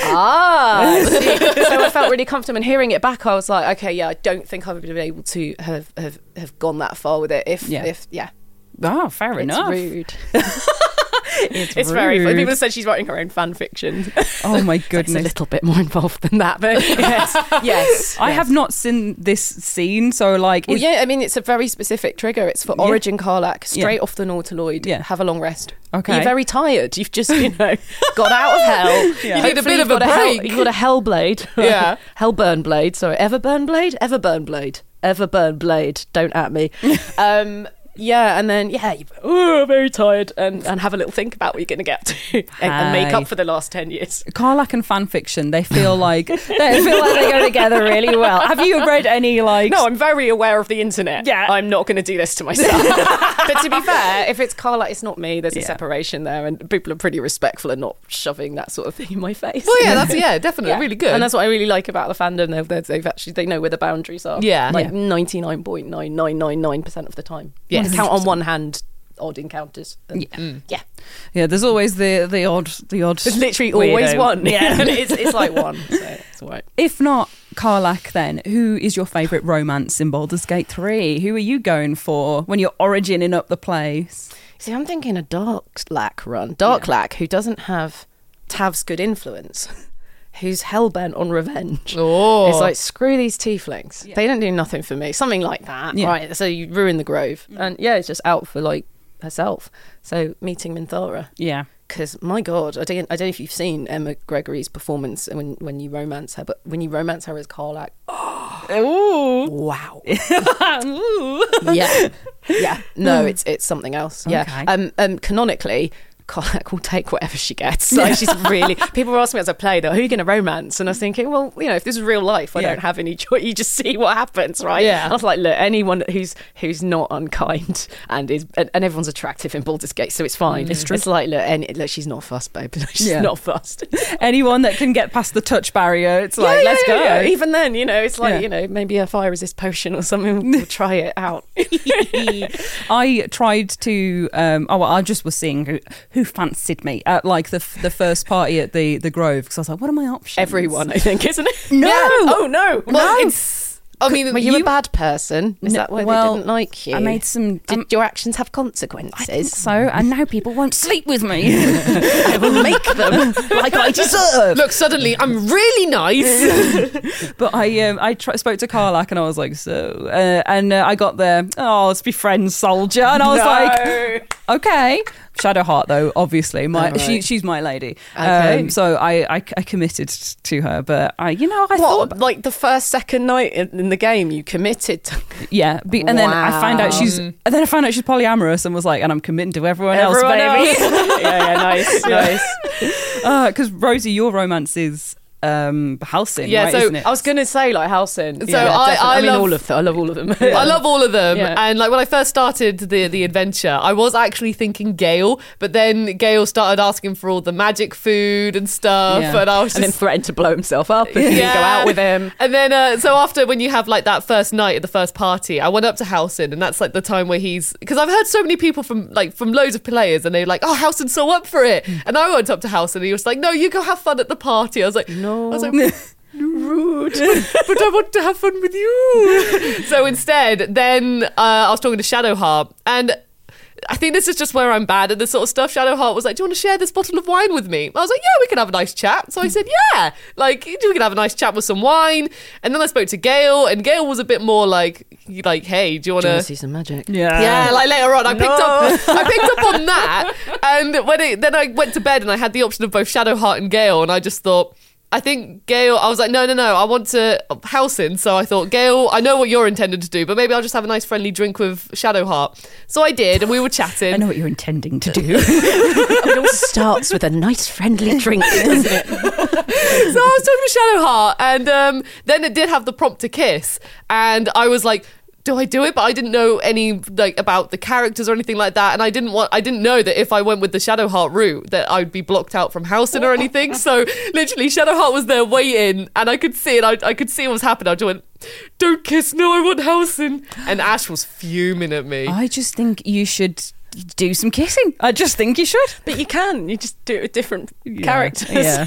Speaker 3: ah, see? so I felt really comfortable. And hearing it back, I was like, okay, yeah, I don't think I would have been able to have have, have gone that far with it. If
Speaker 2: Yeah.
Speaker 3: if yeah,
Speaker 2: Oh, fair enough.
Speaker 3: it's rude.
Speaker 2: It's,
Speaker 3: It's very funny.
Speaker 2: rude.
Speaker 3: People said she's writing her own fan fiction.
Speaker 2: Oh my
Speaker 3: It's a
Speaker 2: goodness.
Speaker 3: little bit more involved than that, but yes, yes.
Speaker 2: I have not seen this scene, so like,
Speaker 3: Well,
Speaker 2: is-
Speaker 3: yeah, I mean, it's a very specific trigger. It's for
Speaker 2: Yeah.
Speaker 3: Origin Carlac, straight
Speaker 2: Yeah.
Speaker 3: off the Nautiloid.
Speaker 2: Yeah.
Speaker 3: Have a long rest.
Speaker 2: Okay.
Speaker 3: You're very tired. You've just, you know, got out of hell.
Speaker 2: You
Speaker 4: need a
Speaker 3: Hopefully
Speaker 4: bit
Speaker 3: you've
Speaker 4: of a
Speaker 3: got hell-
Speaker 4: break.
Speaker 3: you've got a hell blade.
Speaker 4: Yeah.
Speaker 3: hell burn blade. Sorry. Ever burn blade? Ever burn blade? Ever burn blade? Don't at me. um, yeah, and then, yeah, you oh, very tired, and, and have a little think about what you're going to get to and, and make
Speaker 2: Hi.
Speaker 3: up for the last 10 years.
Speaker 2: Carlac and fan fiction, they feel like they feel like they go together really well. Have you read any like?
Speaker 3: No, I'm very aware of the internet. Yeah. I'm not going to do this to myself. but to be fair, if it's Carla, it's not me. There's a
Speaker 2: Yeah.
Speaker 3: separation there, and people are pretty respectful and not shoving that sort of thing in my face.
Speaker 4: Well, yeah, that's yeah, definitely really good.
Speaker 3: And that's what I really like about the fandom. They've, they've, they've actually they know where the boundaries are.
Speaker 4: Yeah.
Speaker 3: like
Speaker 4: Yeah.
Speaker 3: ninety nine point nine nine nine nine percent of the time.
Speaker 4: Yes.
Speaker 3: You count on one hand odd encounters. Yeah, yeah.
Speaker 2: Yeah, there's always the the odd the odd.
Speaker 3: There's literally always
Speaker 2: Weirdo.
Speaker 3: one.
Speaker 2: Yeah.
Speaker 3: And it's, it's like one. So it's all right.
Speaker 2: If not Carlac, then who is your favourite romance in Baldur's Gate Three? Who are you going for when you're origining up the place?
Speaker 3: See, I'm thinking a dark lack run. Dark lack who doesn't have Tav's good influence, who's hellbent on revenge.
Speaker 4: Oh.
Speaker 3: It's like screw these tieflings. They don't do nothing for me. Something like that,
Speaker 2: Yeah.
Speaker 3: right? So you ruin the grove, and yeah, it's just out for like herself. So meeting Minthara.
Speaker 2: Yeah,
Speaker 3: Because my God, I don't, I don't know if you've seen Emma Gregory's performance when, when you romance her, but when you romance her as Karlak, oh, wow, yeah, yeah, no, it's it's something else. Yeah,
Speaker 2: Okay.
Speaker 3: um, um, canonically. Karlak will take whatever she gets. Like she's really. People were asking me as I played, though, who are you going to romance? And I was thinking, well, you know, if this is real life, I
Speaker 2: Yeah.
Speaker 3: don't have any choice. You just see what happens, right?
Speaker 4: Yeah.
Speaker 3: And I was like, look, anyone who's who's not unkind and is and, and everyone's attractive in Baldur's Gate, so it's fine. Mm, It's true. It's like look, any, look, she's not fussed, babe. she's
Speaker 2: Yeah.
Speaker 3: not fussed.
Speaker 2: anyone that can get past the touch barrier, it's like let's go.
Speaker 3: Yeah, Even then, you know, it's like
Speaker 2: Yeah.
Speaker 3: you know maybe a fire resist potion or something. We'll try it out.
Speaker 2: I tried to. Um, oh, well, I just was seeing who, who fancied me at like the f- the first party at the the Grove because I was like, what are my options?
Speaker 3: Everyone, I think, isn't it?
Speaker 2: No.
Speaker 3: Yeah. Oh no.
Speaker 4: Well,
Speaker 3: no.
Speaker 4: it's- I mean,
Speaker 3: Were you, a bad person? Is
Speaker 2: No,
Speaker 3: that why
Speaker 2: well,
Speaker 3: they didn't like you?
Speaker 2: I made some-
Speaker 3: Did
Speaker 2: um,
Speaker 3: your actions have
Speaker 2: think
Speaker 3: consequences?
Speaker 2: so, and now people won't sleep with me.
Speaker 3: I will make them like I deserve.
Speaker 4: look, suddenly I'm really nice.
Speaker 2: But I um, I tr- spoke to Carlac and I was like, so, uh, and uh, I got there. Oh, let's be friends, soldier. And I was like, okay. Shadowheart, though, obviously, my she, she's my lady. Um,
Speaker 3: Okay.
Speaker 2: so I, I I committed to her, but I you know I
Speaker 3: What?
Speaker 2: thought
Speaker 3: Like the first, second night in, in the game, you committed to
Speaker 2: yeah, be, and then I find out she's and then I found out she's polyamorous and was like, and I'm committing to everyone, else, baby. Uh,
Speaker 3: yeah, yeah, nice, nice.
Speaker 2: Because Rosie, your romance is um, Halcyon,
Speaker 4: Yeah,
Speaker 2: right,
Speaker 4: so
Speaker 2: isn't it?
Speaker 3: I was going to say like Halcyon. So
Speaker 4: I- I
Speaker 3: mean
Speaker 4: love-
Speaker 3: all of them. I love all of them.
Speaker 4: I love all of them.
Speaker 3: Yeah.
Speaker 4: And like when I first started the the adventure, I was actually thinking Gale, but then Gale started asking for all the magic food and stuff,
Speaker 2: Yeah.
Speaker 4: and I was
Speaker 3: and then
Speaker 4: just.
Speaker 3: threatened to blow himself up and
Speaker 4: Yeah.
Speaker 3: go out with him.
Speaker 4: And then, uh, so after when you have like that first night at the first party, I went up to Howson, and that's like the time where he's because I've heard so many people from like from loads of players, and they're like, "Oh, Howson's so up for it." And I went up to Howson, and he was like, "No, you go have fun at the party." I was like, "No," I was like, "Rude," but I want to have fun with you. so instead, then uh, I was talking to Shadowheart, and. I think this is just where I'm bad at this sort of stuff. Shadowheart was like, "Do you want to share this bottle of wine with me?" I was like, "Yeah, we can have a nice chat." So I said, "Yeah, like we can have a nice chat with some wine." And then I spoke to Gail, and Gail was a bit more like, "Like, hey, do you want to
Speaker 3: see some magic.
Speaker 2: yeah,
Speaker 4: yeah, like later on, I picked up, I picked up on that, and when it, then I went to bed and I had the option of both Shadowheart and Gale, and I just thought, I think Gale. I was like, no, no, no, I want to Halcyon. So I thought, Gale, I know what you're intended to do, but maybe I'll just have a nice friendly drink with Shadowheart. So I did, and we were chatting.
Speaker 2: I know what you're intending to do.
Speaker 5: I mean, it all starts with a nice friendly drink, doesn't it?
Speaker 4: so I was talking to Shadowheart, and um, then it did have the prompt to kiss, and I was like. Do I do it? But I didn't know any like about the characters or anything like that, and I didn't want. I didn't know that if I went with the Shadowheart route, that I'd be blocked out from Housing or anything. So literally, Shadowheart was there waiting, and I could see it. I, I could see what was happening. I just went, "Don't kiss, no, I want Housing." And Ash was fuming at me.
Speaker 2: I just think you should do some kissing. I just think you should.
Speaker 7: But you can. You just do it with different
Speaker 2: Yeah,
Speaker 7: characters.
Speaker 2: Yeah.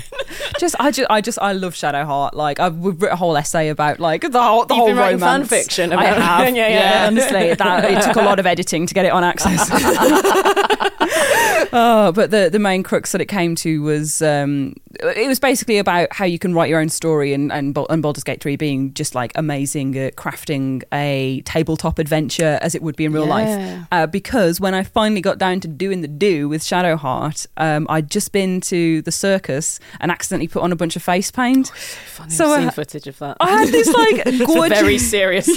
Speaker 2: just I just I just I love Shadowheart. Like I've we've written a whole essay about like the whole the
Speaker 7: You've
Speaker 2: whole
Speaker 7: been writing
Speaker 2: romance.
Speaker 7: fan fiction
Speaker 2: I
Speaker 7: about-
Speaker 2: have.
Speaker 7: Yeah, yeah, yeah.
Speaker 2: Honestly, that it took a lot of editing to get it on access. oh, but the the main crux that it came to was um, it was basically about how you can write your own story and and, Bal- and Baldur's Gate 3 being just like amazing at crafting a tabletop adventure as it would be in real life. Uh, because when I finally got down to doing the do with Shadowheart, um, I'd just been to the circus and accidentally put on a bunch of face paint.
Speaker 7: Oh, So
Speaker 2: So
Speaker 7: I've seen
Speaker 2: I-
Speaker 7: footage of that.
Speaker 2: I had this like
Speaker 7: It's a
Speaker 2: gorgeous
Speaker 7: very serious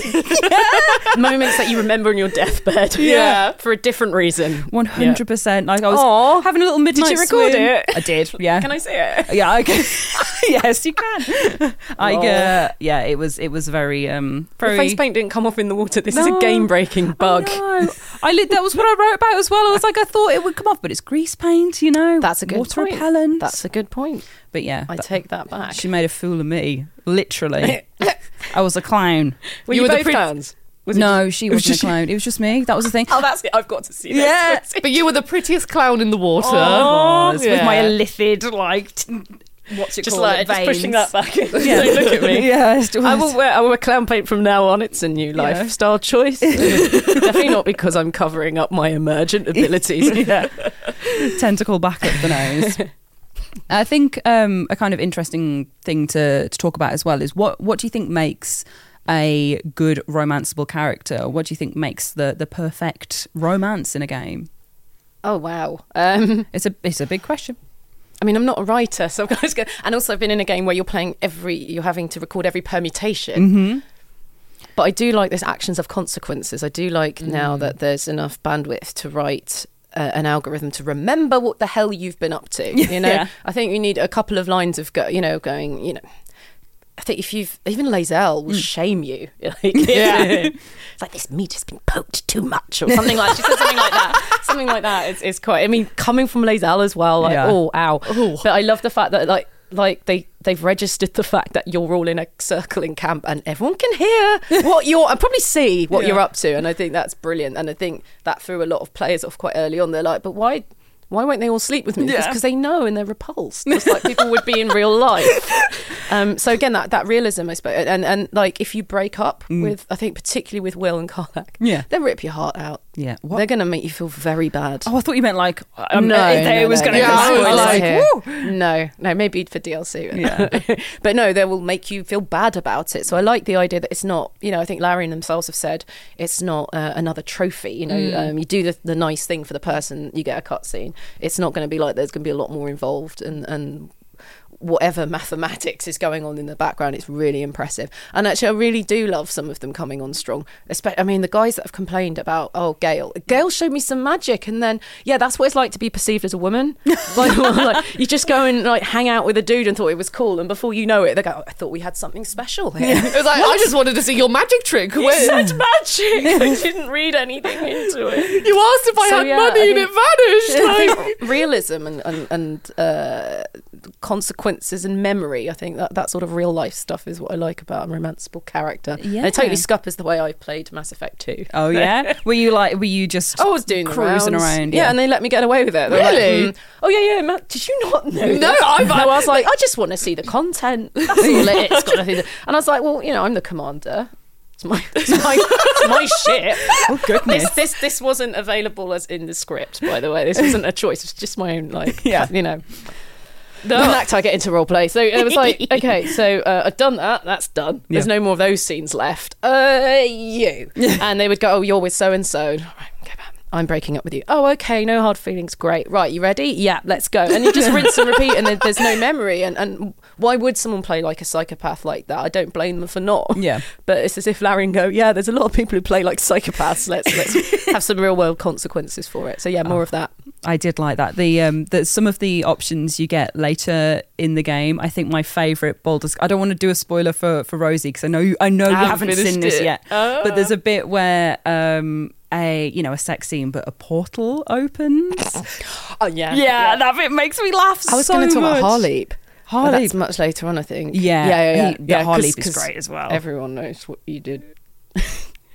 Speaker 7: moments that you remember on your deathbed.
Speaker 4: Yeah.
Speaker 7: For a different reason.
Speaker 2: One hundred percent. Like I was
Speaker 7: Aw.
Speaker 2: having a little mid
Speaker 7: Did you record it?
Speaker 2: I did. Yeah.
Speaker 7: Can I see it?
Speaker 2: Yeah. I can. yes, you can. I uh, yeah. It was it was very um very
Speaker 7: The face paint Oh, didn't come off in the water. This is
Speaker 2: No.
Speaker 7: a game breaking bug.
Speaker 2: I, know. I lit. That was what I wrote about as well. I was like, I thought it would come off, but it's grease paint, you know.
Speaker 3: That's a good
Speaker 2: water
Speaker 3: point.
Speaker 2: repellent.
Speaker 3: That's a good point.
Speaker 2: but yeah,
Speaker 3: I
Speaker 2: that-
Speaker 3: take that back.
Speaker 2: she made a fool of me. Literally, I was a clown.
Speaker 7: Were you,
Speaker 4: You were the
Speaker 7: both
Speaker 4: prin-
Speaker 7: fans? Was it
Speaker 2: no,
Speaker 7: just-
Speaker 2: she
Speaker 7: it was
Speaker 2: wasn't
Speaker 7: just
Speaker 2: a
Speaker 7: you?
Speaker 2: clown. It was just me. That was the thing.
Speaker 7: Oh, that's it. I've got to see this.
Speaker 2: Yeah.
Speaker 4: but you were the prettiest clown in the water.
Speaker 3: Oh.
Speaker 2: I was with my
Speaker 4: Oh, Yeah.
Speaker 2: illithid like t- what's it
Speaker 7: Just
Speaker 2: called?
Speaker 7: like just pushing that back. Yeah. look at me.
Speaker 2: yeah, it's-
Speaker 7: I will wear I will wear clown paint from now on. It's a new lifestyle choice. Definitely not because I'm covering up my emergent abilities.
Speaker 2: yeah. Tentacle back up the nose. I think um, a kind of interesting thing to, to talk about as well is what what do you think makes a good romanceable character? What do you think makes the, the perfect romance in a game?
Speaker 3: Oh wow. Um,
Speaker 2: It's a it's a big question.
Speaker 3: I mean, I'm not a writer, so I'm just going. And also, I've been in a game where you're playing every, you're having to record every permutation.
Speaker 2: Mm-hmm.
Speaker 3: But I do like this actions of consequences. I do like
Speaker 7: Mm.
Speaker 3: now that there's enough bandwidth to write. Uh, an algorithm to remember what the hell you've been up to. You know,
Speaker 7: Yeah.
Speaker 3: I think you need a couple of lines of go, you know, going, you know, I think if you've even Lazelle will shame you. Like,
Speaker 7: Mm. Yeah.
Speaker 5: It's like this meat has been poked too much, or
Speaker 3: something like she said something like that something like that is, is quite i mean coming from lazelle as well like
Speaker 2: Yeah.
Speaker 3: oh ow but i love the fact that like like they they've registered the fact that you're all in a circle in camp and everyone can hear what you're and probably see what you're up to and i think that's brilliant and i think that threw a lot of players off quite early on they're like but why why won't they all sleep with me? Because
Speaker 2: Yeah.
Speaker 3: they know and they're repulsed, just like people would be in real life. Um, so again, that, that realism, I suppose, and and like if you break up with, I think particularly with Will and Karlak,
Speaker 2: Mm. Yeah.
Speaker 3: they rip your heart out.
Speaker 2: Yeah. What-
Speaker 3: They're going to make you feel very bad.
Speaker 2: Oh, I thought you meant like um, if they was going to
Speaker 4: Uh, no. Yeah, I
Speaker 2: come
Speaker 4: was
Speaker 2: out,
Speaker 4: like,
Speaker 3: no, no, maybe for DLC. but no, they will make you feel bad about it. So I like the idea that it's not, you know, I think Larry and themselves have said it's not uh, another trophy. You know,
Speaker 4: Mm.
Speaker 3: um, you do the, the nice thing for the person, you get a cutscene. It's not going to be like there's going to be a lot more involved and, and whatever mathematics is going on in the background. It's really impressive. And actually, I really do love some of them coming on strong. Espe- I mean, the guys that have complained about, oh, Gail. Gail showed me some magic. And then, yeah, that's what it's like to be perceived as a woman. like, well, like, you just go and like hang out with a dude and thought it was cool. And before you know it, they go, oh, I thought we had something special here.
Speaker 4: It was like, I just wanted to see your magic trick. Where-
Speaker 7: magic. I didn't read anything into it.
Speaker 4: you asked if I
Speaker 3: So,
Speaker 4: had
Speaker 3: yeah,
Speaker 4: money
Speaker 3: I
Speaker 4: and it vanished.
Speaker 3: I
Speaker 4: Like,
Speaker 3: think realism and and, and uh, consequences and memory. I think that, that sort of real life stuff is what I like about a romanceable character. Yeah, and it totally scuppers the way I played Mass Effect Two.
Speaker 2: Oh yeah. were you like? Were you just?
Speaker 3: I was doing the
Speaker 2: cruising
Speaker 3: rounds.
Speaker 2: around.
Speaker 3: yeah. and they let me get away with it. They were
Speaker 4: Really?
Speaker 3: Like, mm, oh yeah, yeah. Matt, did you not know?
Speaker 4: No,
Speaker 3: that?"
Speaker 4: I've-
Speaker 3: No, I was like, I just want to see the content. That's all it is. Got nothing to- And I was like, well, you know, I'm the commander. It's my, it's my, it's my ship.
Speaker 2: oh goodness.
Speaker 7: This, this this wasn't available as in the script, by the way. This wasn't a choice. It's just my own like,
Speaker 2: Yeah.
Speaker 7: you know.
Speaker 4: No.
Speaker 7: When act I get into role play. So it was like, okay, so uh, I've done that. That's done. There's no more of those scenes left.
Speaker 3: uh, you. and they would go, oh, you're with so and so. I'm breaking up with you. Oh, okay, no hard feelings. Great. Right, you ready? Yeah, let's go. And you just rinse and repeat, and there- there's no memory. And, and why would someone play like a psychopath like that? I don't blame them for not.
Speaker 2: Yeah.
Speaker 3: But it's as if Larry and go, yeah, there's a lot of people who play like psychopaths. Let's, let's have some real world consequences for it. So, yeah, more of that.
Speaker 2: I did like that. The um, the some of the options you get later in the game. I think my favorite Baldur's. I don't want to do a spoiler for for Rosie because I know you, I know you
Speaker 4: haven't
Speaker 2: haven't Oh. seen
Speaker 4: finished
Speaker 2: this
Speaker 4: it.
Speaker 2: yet. But there's a bit where um a you know a sex scene, but a portal opens.
Speaker 3: Oh, yeah.
Speaker 2: yeah, that bit makes me laugh.
Speaker 3: I was
Speaker 2: so
Speaker 3: going to talk about
Speaker 2: much.
Speaker 3: Harleap. But
Speaker 2: Harleap.
Speaker 3: that's much later on, I think.
Speaker 2: Yeah,
Speaker 3: yeah, yeah.
Speaker 2: he-
Speaker 3: yeah.
Speaker 2: yeah,
Speaker 3: yeah 'cause-
Speaker 2: Harleap is
Speaker 3: 'cause
Speaker 2: great as well.
Speaker 3: Everyone knows what you did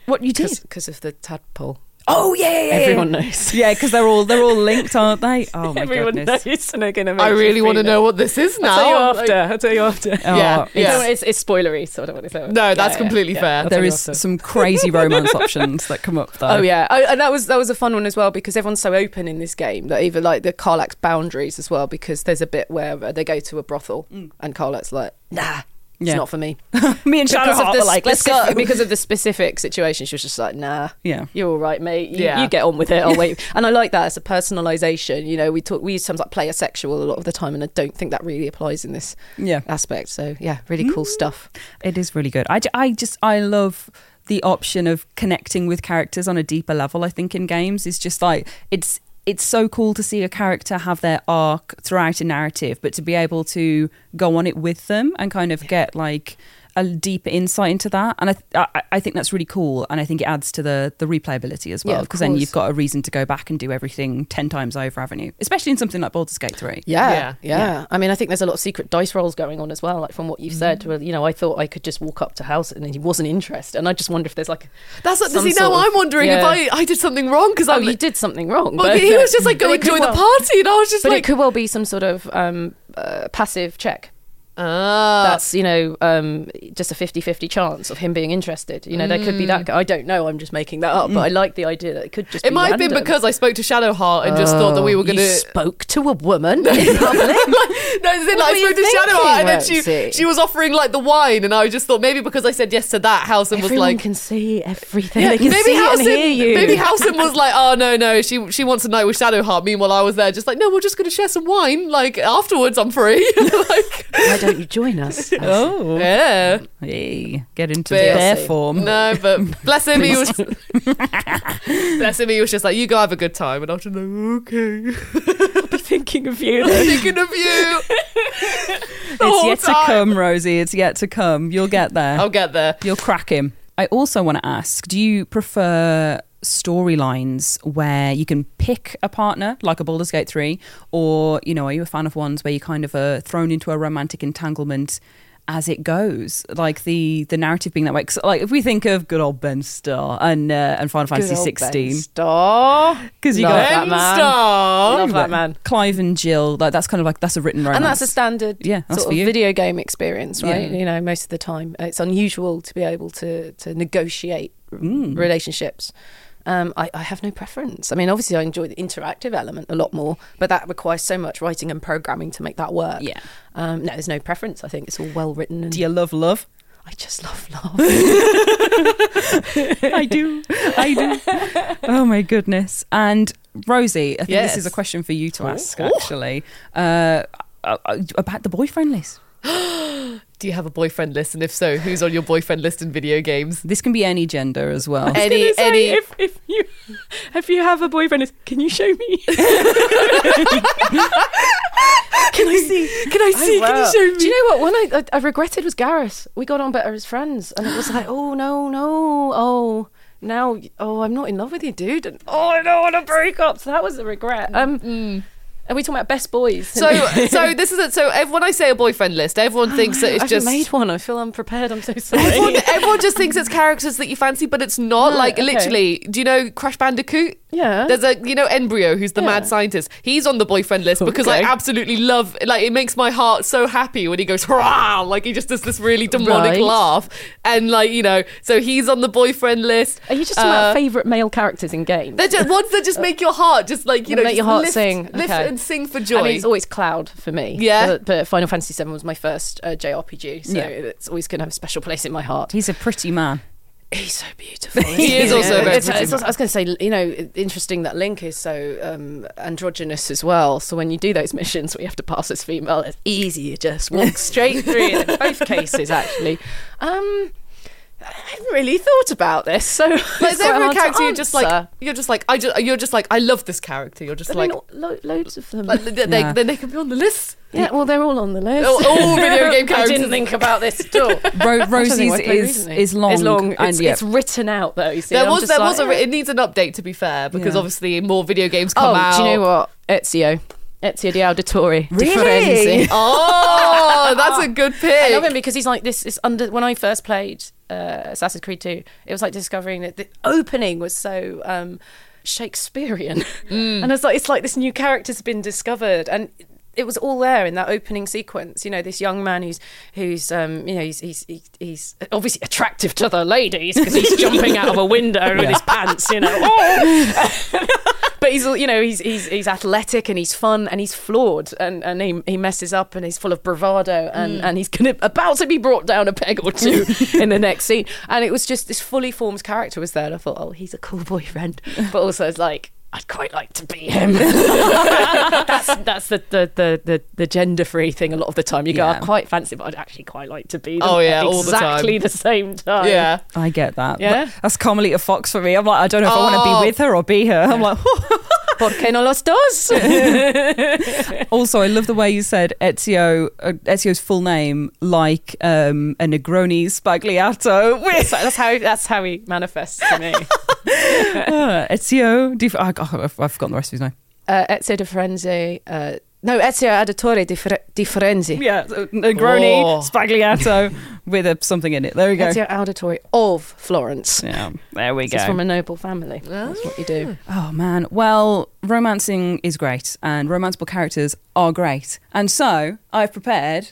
Speaker 2: what you did?
Speaker 3: because of the tadpole.
Speaker 2: Oh yeah, yeah, yeah, yeah.
Speaker 7: Everyone knows.
Speaker 2: Yeah, because they're all they're all linked, aren't they? Oh my
Speaker 7: Everyone
Speaker 2: goodness.
Speaker 7: knows. And they're gonna make
Speaker 4: I
Speaker 7: you
Speaker 4: really want to
Speaker 7: feel it.
Speaker 4: know what this is now.
Speaker 7: I'll tell you
Speaker 4: I'm like-
Speaker 7: after. I'll tell you after.
Speaker 2: Oh,
Speaker 4: Yeah,
Speaker 2: it's-
Speaker 4: yeah.
Speaker 7: No, it's, it's spoilery, so I don't want to say. it.
Speaker 4: No, that's completely fair.
Speaker 2: There is some crazy romance options that come up though.
Speaker 3: Oh yeah, oh, and that was that was a fun one as well because everyone's so open in this game that even like the Karlak's boundaries as well because there's a bit where uh, they go to a brothel
Speaker 7: Mm.
Speaker 3: and Karlak's like, nah,
Speaker 2: Yeah.
Speaker 3: it's not for me.
Speaker 2: Me and Shadow
Speaker 3: Because of,
Speaker 2: Heart
Speaker 3: the
Speaker 2: were like, let's go.
Speaker 3: specific- because of the specific situation, she was just like, nah,
Speaker 2: Yeah.
Speaker 3: you're all right, mate. You,
Speaker 4: Yeah.
Speaker 3: you get on with it. I'll wait. And I like that as a personalization. You know, we talk we use terms like player sexual a lot of the time, and I don't think that really applies in this
Speaker 2: Yeah.
Speaker 3: aspect. So yeah, really
Speaker 7: Mm.
Speaker 3: cool stuff.
Speaker 2: It is really good. I, ju- I just I love the option of connecting with characters on a deeper level. I think in games is just like it's it's so cool to see a character have their arc throughout a narrative, but to be able to go on it with them and kind of get like a deeper insight into that. And I, th- I I think that's really cool, and I think it adds to the the replayability as
Speaker 3: Yeah,
Speaker 2: well
Speaker 3: of
Speaker 2: because then
Speaker 3: course.
Speaker 2: you've got a reason to go back and do everything ten times over, haven't you? Especially in something like Baldur's Gate Three.
Speaker 4: Yeah.
Speaker 3: Yeah, yeah, I mean, I think there's a lot of secret dice rolls going on as well. Like from what you've
Speaker 4: Mm.
Speaker 3: said, where, you know, I thought I could just walk up to house and he wasn't interested, and I just wonder if there's like,
Speaker 4: That's what,
Speaker 3: Some
Speaker 4: see now.
Speaker 3: sort of-
Speaker 4: I'm wondering
Speaker 3: yeah.
Speaker 4: if I, I did something wrong because
Speaker 3: oh,
Speaker 4: I'm.
Speaker 3: you did something wrong.
Speaker 4: Well, he was just like,
Speaker 3: but
Speaker 4: go
Speaker 3: it could
Speaker 4: enjoy the
Speaker 3: well-
Speaker 4: party, and I was just
Speaker 3: But
Speaker 4: like,
Speaker 3: it could well be some sort of um, uh, passive check.
Speaker 4: ah,
Speaker 3: That's you know um, just a 50-50 chance of him being interested. You know, there could be that. I don't know. I'm just making that up, but I like the idea that it could just.
Speaker 4: Mm. It
Speaker 3: be
Speaker 4: might have been
Speaker 3: random. Oh,
Speaker 4: because I spoke to Shadowheart and just thought that we were
Speaker 3: You
Speaker 4: going to.
Speaker 3: spoke to a woman in public.
Speaker 4: No, as
Speaker 3: What
Speaker 4: in, like, I
Speaker 3: were you
Speaker 4: spoke to Shadowheart, and then she
Speaker 3: thinking,
Speaker 4: she was offering like the wine, and I just thought maybe because I said yes to that, Housen was
Speaker 3: Everyone
Speaker 4: like.
Speaker 3: can see everything.
Speaker 4: Yeah,
Speaker 3: they can see it and
Speaker 4: Housen-
Speaker 3: hear you.
Speaker 4: maybe Housen was like, oh no, no, she she wants a night with Shadowheart. Meanwhile, I was there, just like, no, we're just going to share some wine. Like afterwards, I'm free. like,
Speaker 3: Why don't you join us?
Speaker 2: Oh,
Speaker 4: yeah,
Speaker 2: hey, get into
Speaker 4: But-
Speaker 2: their form.
Speaker 4: No, but bless him, he was. bless him, he was just like, you go have a good time, and I was just like, okay,
Speaker 7: Thinking of you.
Speaker 4: thinking of you. The
Speaker 2: it's
Speaker 4: whole
Speaker 2: yet to
Speaker 4: time. Oh.
Speaker 2: come, Rosie. It's yet to come. You'll get there.
Speaker 4: I'll get there.
Speaker 2: You'll crack him. I also want to ask do you prefer storylines where you can pick a partner, like a Baldur's Gate 3, or, you know, are you a fan of ones where you're kind of uh, thrown into a romantic entanglement? As it goes, like the the narrative being that way. 'Cause, like if we think of good old Ben Starr and uh, and Final
Speaker 3: Oh,
Speaker 2: Fantasy sixteen,
Speaker 7: Star.
Speaker 2: because you
Speaker 7: Love
Speaker 2: got
Speaker 7: that
Speaker 4: Ben
Speaker 7: man.
Speaker 4: Star.
Speaker 7: Love that man.
Speaker 2: Clive and Jill. Like that's kind of like that's a written romance,
Speaker 3: and that's a standard
Speaker 2: Yeah, that's for
Speaker 3: sort
Speaker 2: you.
Speaker 3: of video game experience, right?
Speaker 2: Yeah.
Speaker 3: You know, most of the time, Uh, it's unusual to be able to to negotiate r-
Speaker 2: Mm.
Speaker 3: relationships. Um, I, I have no preference. I mean, obviously, I enjoy the interactive element a lot more, but that requires so much writing and programming to make that work.
Speaker 2: Yeah.
Speaker 3: Um, no, there's no preference. I think it's all well written, and
Speaker 2: Do you love love?
Speaker 3: I just love love.
Speaker 2: I do. I do. Oh my goodness. And Rosie, I think this is a
Speaker 4: Yes.
Speaker 2: question for you to ask actually. Uh, uh, uh, about the boyfriend list.
Speaker 4: Do you have a boyfriend list? And if so, who's on your boyfriend list in video games?
Speaker 2: This can be any gender as well.
Speaker 4: Any, any.
Speaker 7: if, if you if you have a boyfriend, it's, can you show me?
Speaker 2: Can I see? Can I see?
Speaker 3: Do you know what? One I, I, I regretted was Gareth. We got on better as friends, and it was like, oh no, no, oh now, oh I'm not in love with you, dude. And, oh, I don't want to break up. So that was a regret. Um,
Speaker 2: Mm-hmm.
Speaker 3: are we talking about best boys?
Speaker 4: so, so this is it. So, ev- when I say a boyfriend list, everyone thinks that it's
Speaker 3: I've
Speaker 4: just
Speaker 3: made one. I feel unprepared. I'm so sorry.
Speaker 4: Everyone, everyone just thinks it's characters that you fancy, but it's not. like literally, do you know Crash Bandicoot?
Speaker 3: Yeah.
Speaker 4: There's a you know Embryo, who's the mad scientist. He's on the boyfriend list because I
Speaker 7: Okay.
Speaker 4: absolutely love. Like it makes my heart so happy when he goes hurrah! Like he just does this really demonic
Speaker 3: Right.
Speaker 4: laugh, and like you know, so he's on the boyfriend list.
Speaker 3: Are you just talking
Speaker 4: Uh,
Speaker 3: about favourite male characters in games?
Speaker 4: They're just ones that just make your heart just like you know
Speaker 3: Make
Speaker 4: just
Speaker 3: your heart
Speaker 4: lift,
Speaker 3: sing.
Speaker 4: lift
Speaker 3: Okay.
Speaker 4: and sing for
Speaker 3: I mean,
Speaker 4: joy.
Speaker 3: it's always Cloud for me.
Speaker 4: Yeah.
Speaker 3: But, but Final Fantasy VII was my first uh, JRPG, so
Speaker 2: Yeah.
Speaker 3: it's always going to have a special place in my heart.
Speaker 2: He's a pretty man.
Speaker 3: He's so beautiful.
Speaker 4: He is also very
Speaker 3: It's- it's
Speaker 4: pretty.
Speaker 3: also- I was going to say, you know, interesting that Link is so um, androgynous as well. So when you do those missions, we have to pass as female. It's easy. You just walk straight through it in both cases, actually. Um, I haven't really thought about this. So
Speaker 4: Like,
Speaker 3: it's
Speaker 4: is
Speaker 3: quite
Speaker 4: there a
Speaker 3: hard to
Speaker 4: character you're just
Speaker 3: answer.
Speaker 4: like you're just like I just you're just like I love this character. You're just
Speaker 3: I mean,
Speaker 4: like,
Speaker 3: lo- loads of them.
Speaker 4: like, they,
Speaker 2: Yeah.
Speaker 4: then they can be on the list.
Speaker 3: yeah, well, they're all on the list.
Speaker 4: All- Oh, all video game
Speaker 3: I
Speaker 4: characters.
Speaker 3: didn't think about this at all.
Speaker 2: Ro-
Speaker 3: Actually,
Speaker 2: Rosie's
Speaker 3: I played
Speaker 2: is
Speaker 3: recently.
Speaker 2: is long.
Speaker 3: It's long.
Speaker 2: And
Speaker 3: It's,
Speaker 2: yeah.
Speaker 3: it's written out though. You see,
Speaker 4: There
Speaker 3: I'm
Speaker 4: was
Speaker 3: just
Speaker 4: there
Speaker 3: like,
Speaker 4: was a, it needs an update to be fair because
Speaker 2: Yeah.
Speaker 4: obviously more video games
Speaker 3: Oh,
Speaker 4: come out.
Speaker 3: do you know what? Ezio, Ezio Di Auditore, Di
Speaker 2: Really?
Speaker 3: Firenze.
Speaker 4: Oh, that's a good
Speaker 3: I
Speaker 4: pick.
Speaker 3: love him because he's like this. Is under when I first played uh, Assassin's Creed Two, it was like discovering that the opening was so um, Shakespearean,
Speaker 4: Mm.
Speaker 3: and it's like it's like this new character's been discovered and. It was all there in that opening sequence, you know. This young man who's who's um, you know he's he's he's- he's obviously attractive to the ladies because he's jumping out of a window with his pants, you know. but he's you know he's he's he's athletic and he's fun and he's flawed and and he he messes up and he's full of bravado and and he's gonna about to be brought down a peg or two in the next scene and it was just this fully formed character was there and I thought oh he's a cool boyfriend but also it's like I'd quite like to be him. that's that's the the, the, the, the gender free thing. A lot of the time, you go,
Speaker 2: Yeah.
Speaker 3: I quite fancy, but I'd actually quite like to be. Them
Speaker 4: Oh, yeah,
Speaker 3: at
Speaker 4: all the time.
Speaker 3: exactly the same time.
Speaker 4: yeah.
Speaker 2: I get that.
Speaker 3: Yeah?
Speaker 2: But that's Carmelita Fox for me. I'm like, I don't know if I want
Speaker 4: Oh.
Speaker 2: to be with her or be her. I'm like,
Speaker 3: Por qué no los dos?
Speaker 2: also, I love the way you said Ezio, uh, Ezio's full name, like um, a Negroni Spagliato. With
Speaker 3: So that's how that's how he manifests to me.
Speaker 2: uh, Ezio. Do you, I, oh, I've, I've forgotten the rest of his name.
Speaker 3: uh, Ezio di Firenze. Uh, no, Ezio Auditore di, Fre- di Firenze.
Speaker 2: Yeah, so Negroni
Speaker 4: Oh.
Speaker 2: Spagliato with a, something in it. There we go.
Speaker 3: Ezio Auditore of Florence. Ah.
Speaker 2: Yeah, there we
Speaker 3: He's
Speaker 2: go.
Speaker 3: from a noble family. That's what you do.
Speaker 2: Oh man, well, romancing is great, and romanceable characters are great, and so I've prepared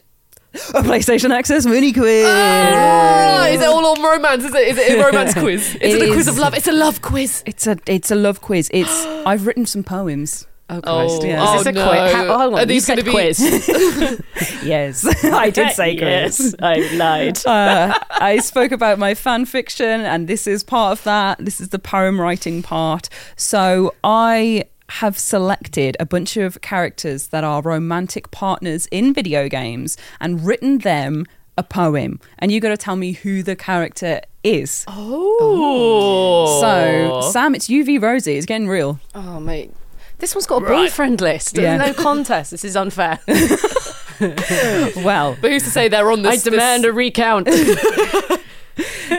Speaker 2: a PlayStation Access mini quiz.
Speaker 4: Ah, is it all on romance? Is it is it a romance quiz? Is
Speaker 2: It
Speaker 4: it, a quiz
Speaker 2: is.
Speaker 4: of love? It's a love quiz.
Speaker 2: It's a it's a love quiz. It's I've written some poems.
Speaker 3: Oh,
Speaker 4: Oh,
Speaker 2: yeah.
Speaker 4: oh
Speaker 2: Is
Speaker 3: this a
Speaker 4: no.
Speaker 3: quiz? How- hold on,
Speaker 4: Are
Speaker 3: you
Speaker 4: these going
Speaker 3: said
Speaker 4: to be?
Speaker 7: quiz.
Speaker 2: Yes, I did say quiz.
Speaker 7: yes, I lied.
Speaker 2: Uh, I spoke about my fan fiction, and this is part of that. This is the poem writing part. So I have selected a bunch of characters that are romantic partners in video games and written them a poem. And you got to tell me who the character is.
Speaker 4: Oh,
Speaker 2: So Sam, it's UV Rosie. It's getting real.
Speaker 3: Oh, mate. This one's got a boyfriend list.
Speaker 2: Yeah.
Speaker 3: There's no contest. This is unfair.
Speaker 2: Well,
Speaker 4: but who's to say they're on this?
Speaker 7: I
Speaker 4: this-
Speaker 7: demand a recount.
Speaker 2: you,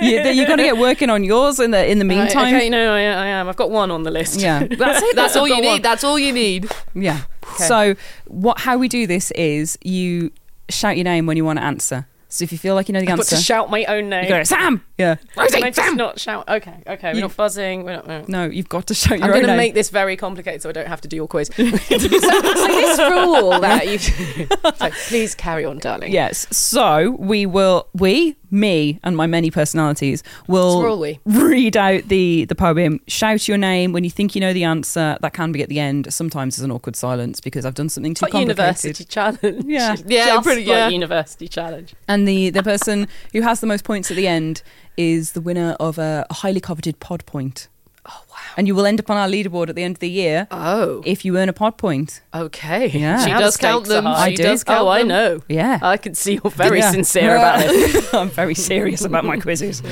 Speaker 2: you're going to get working on yours in the in the
Speaker 7: Right,
Speaker 2: meantime.
Speaker 7: okay, no, I, I am. I've got one on the list.
Speaker 2: Yeah, that's it.
Speaker 4: That's all you
Speaker 2: I've got
Speaker 4: need.
Speaker 2: one.
Speaker 4: That's all you need.
Speaker 2: Yeah. So what how we do this is you shout your name when you want to answer. So if you feel like you know the
Speaker 7: But
Speaker 2: answer,
Speaker 7: to shout my own name.
Speaker 2: you go Sam. Yeah.
Speaker 7: Can I just not shout? Okay, okay. We're
Speaker 2: You-
Speaker 7: not buzzing. We're not. we're-
Speaker 2: No, you've got to shout your
Speaker 3: I'm
Speaker 2: own
Speaker 3: going to
Speaker 2: name.
Speaker 3: make this very complicated so I don't have to do your quiz.
Speaker 5: So this rule that you
Speaker 3: So please carry on, darling.
Speaker 2: yes. So we will we me and my many personalities will
Speaker 3: It's all we.
Speaker 2: read out the the poem, shout your name when you think you know the answer. That can be at the end. Sometimes there's an awkward silence because I've done something too
Speaker 7: But
Speaker 2: complicated.
Speaker 7: university challenge.
Speaker 2: Yeah.
Speaker 4: Yeah,
Speaker 7: Just
Speaker 4: pretty-
Speaker 7: like
Speaker 4: yeah.
Speaker 7: university challenge.
Speaker 2: And the, the person who has the most points at the end is the winner of a highly coveted pod point. Oh wow! And you will end up on our leaderboard at the end of the year
Speaker 4: Oh,
Speaker 2: if you earn a pod point.
Speaker 4: okay.
Speaker 2: Yeah.
Speaker 4: She
Speaker 2: Now
Speaker 4: does
Speaker 7: the
Speaker 4: count
Speaker 7: stakes
Speaker 4: them.
Speaker 7: are
Speaker 2: high.
Speaker 4: She
Speaker 2: I do.
Speaker 4: does count
Speaker 7: Oh, I
Speaker 4: them.
Speaker 7: know.
Speaker 2: Yeah.
Speaker 7: I can see you're very
Speaker 2: Yeah.
Speaker 7: sincere about it.
Speaker 2: I'm very serious about my quizzes.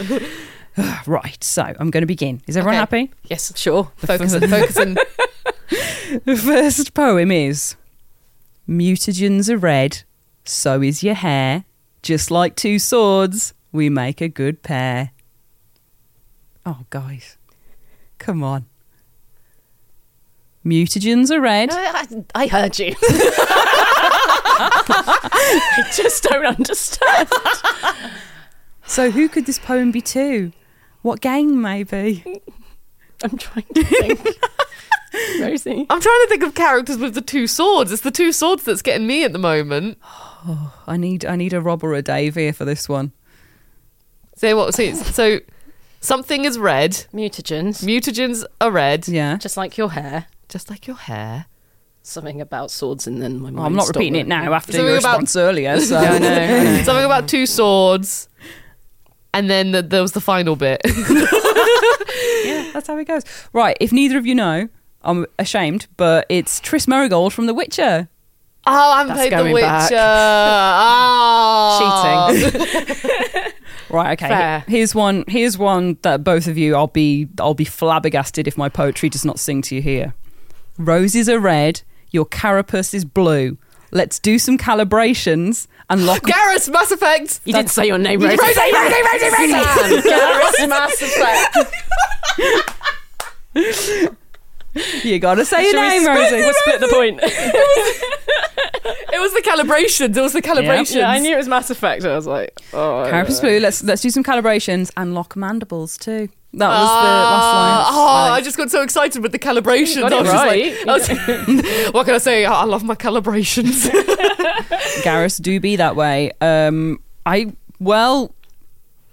Speaker 2: right, so I'm going to begin. Is everyone
Speaker 4: Okay.
Speaker 2: happy?
Speaker 4: Yes, sure. Focus
Speaker 2: fir-
Speaker 4: on, focus on.
Speaker 2: The first poem is Mutagens are red, so is your hair. Just like two swords, we make a good pair. Oh, guys. Come on. Mutagens are red.
Speaker 5: I, I heard you.
Speaker 7: I just don't understand.
Speaker 2: So, who could this poem be to? What gang, maybe?
Speaker 7: I'm trying to think. Rosie.
Speaker 4: I'm trying to think of characters with the two swords. It's the two swords that's getting me at the moment.
Speaker 2: I need, I need a Rob or a Dave here for this one.
Speaker 4: So what? So, so something is red.
Speaker 3: Mutagens,
Speaker 4: Mutagens are red,
Speaker 2: Yeah.
Speaker 3: just like your hair.
Speaker 4: just like your hair.
Speaker 3: Something about swords, and then my mind.
Speaker 2: Well, I'm not
Speaker 3: stopped
Speaker 2: repeating it
Speaker 3: working.
Speaker 2: now after
Speaker 4: Something
Speaker 2: your
Speaker 4: about-
Speaker 2: response earlier. So
Speaker 4: Something about two swords, and then the, there was the final bit.
Speaker 2: that's how it goes. Right. If neither of you know, I'm ashamed, but it's Tris Merigold from The Witcher.
Speaker 4: oh, I haven't played The
Speaker 7: going
Speaker 4: Witcher.
Speaker 7: back.
Speaker 4: Oh.
Speaker 7: Cheating.
Speaker 2: Oh. Right. Okay.
Speaker 4: Fair.
Speaker 2: Here's one. Here's one that both of you. I'll be. I'll be flabbergasted if my poetry does not sing to you here. Roses are red. Your carapace is blue. Let's do some calibrations and lock.
Speaker 4: Garrus, Mass Effect.
Speaker 7: You didn't say your name, Rosie.
Speaker 4: Rosie, Rosie, Rosie, Rosie. Garrus, Mass Effect.
Speaker 2: you gotta say your
Speaker 7: Should we
Speaker 2: name,
Speaker 7: split-
Speaker 2: Rosie.
Speaker 7: We'll split the point.
Speaker 4: It was the calibrations. It was the calibrations.
Speaker 7: yeah, I knew it was Mass Effect. I was like, oh.
Speaker 2: Carapace is blue. Let's let's do some calibrations and lock mandibles too. That was the last line. Uh,
Speaker 4: Ah, Oh, I just got so excited with the calibrations.
Speaker 7: got
Speaker 4: I
Speaker 7: it
Speaker 4: was
Speaker 7: right.
Speaker 4: just like, I was- what can I say? I love my calibrations.
Speaker 2: Garrus do be that way. Um, I well,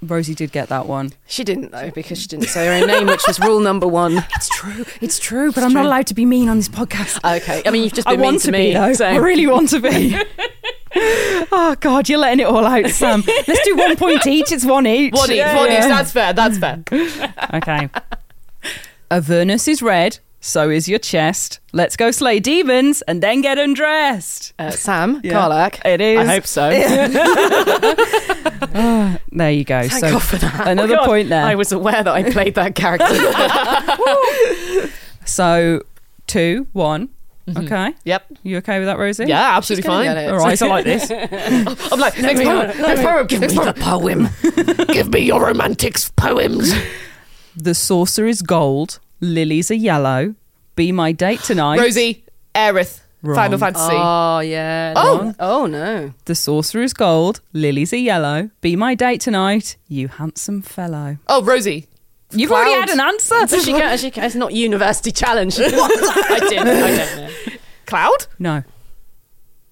Speaker 2: Rosie did get that one.
Speaker 3: She didn't though because she didn't say her own name, which was rule number one.
Speaker 2: It's true. It's true. But I'm not allowed to be mean on this podcast.
Speaker 3: Okay, I mean you've just
Speaker 2: I
Speaker 3: been mean
Speaker 2: want
Speaker 3: to
Speaker 2: to
Speaker 3: me.
Speaker 2: be though. I really want to be. oh God, you're letting it all out, Sam. Let's do one point each. It's one each.
Speaker 4: One each, one each. That's fair. That's fair.
Speaker 2: Okay. Avernus is red. So is your chest. Let's go slay demons and then get undressed.
Speaker 3: Uh, Sam
Speaker 2: Yeah.
Speaker 3: Carlack.
Speaker 2: It is.
Speaker 7: I hope so.
Speaker 2: there you go.
Speaker 3: Thank
Speaker 2: so
Speaker 3: God for that.
Speaker 2: another
Speaker 7: God,
Speaker 2: point there.
Speaker 7: I was aware that I played that character.
Speaker 2: So two, one. Okay.
Speaker 4: Yep.
Speaker 2: You okay with that, Rosie?
Speaker 4: Yeah, absolutely
Speaker 3: gonna
Speaker 4: fine.
Speaker 3: get it.
Speaker 2: All right, I like this.
Speaker 4: I'm like, next
Speaker 5: me
Speaker 4: poem, next poem,
Speaker 5: Give me
Speaker 4: next
Speaker 5: the
Speaker 4: poem.
Speaker 5: poem.
Speaker 6: Give me your romantic poems.
Speaker 2: The saucer is gold, lilies are yellow. Be my date tonight.
Speaker 4: Rosie, Aerith,
Speaker 2: Wrong.
Speaker 4: Final Fantasy.
Speaker 3: Oh yeah.
Speaker 4: Oh.
Speaker 3: no. oh no.
Speaker 2: The saucer is gold, lilies are yellow. Be my date tonight, you handsome fellow.
Speaker 4: oh, Rosie.
Speaker 2: You've already had an answer.
Speaker 7: Does she get, she it's not university challenge. I did. I don't know.
Speaker 4: Cloud?
Speaker 2: No.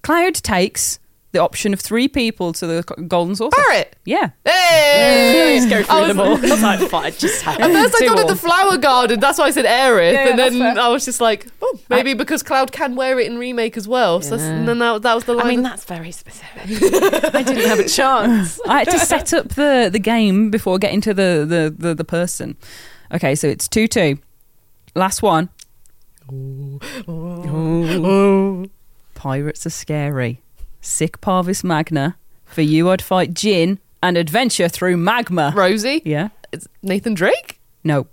Speaker 2: Cloud takes the option of three people to the c- golden saucer.
Speaker 4: Barrett.
Speaker 2: Yeah.
Speaker 4: Hey!
Speaker 7: Just go
Speaker 4: I
Speaker 7: through
Speaker 4: was-
Speaker 7: them all. I was like, fine, just have
Speaker 4: At first, I
Speaker 7: two
Speaker 4: thought of
Speaker 7: more.
Speaker 4: the flower garden. That's why I said Aerith,
Speaker 2: Yeah,
Speaker 4: and
Speaker 2: that's
Speaker 4: then I was just like, oh, maybe because Cloud can wear it in remake as well. So that's, and then that, that was the line.
Speaker 3: I mean that's very specific.
Speaker 7: I didn't have a chance.
Speaker 2: I had to set up the, the game before getting to the, the, the, the person. Okay, so it's 2 2. Last one. Pirates are scary. Sick Parvis Magna. For you, I'd fight Gin and adventure through magma.
Speaker 4: Rosie,
Speaker 2: Yeah?
Speaker 4: It's Nathan Drake.
Speaker 2: No.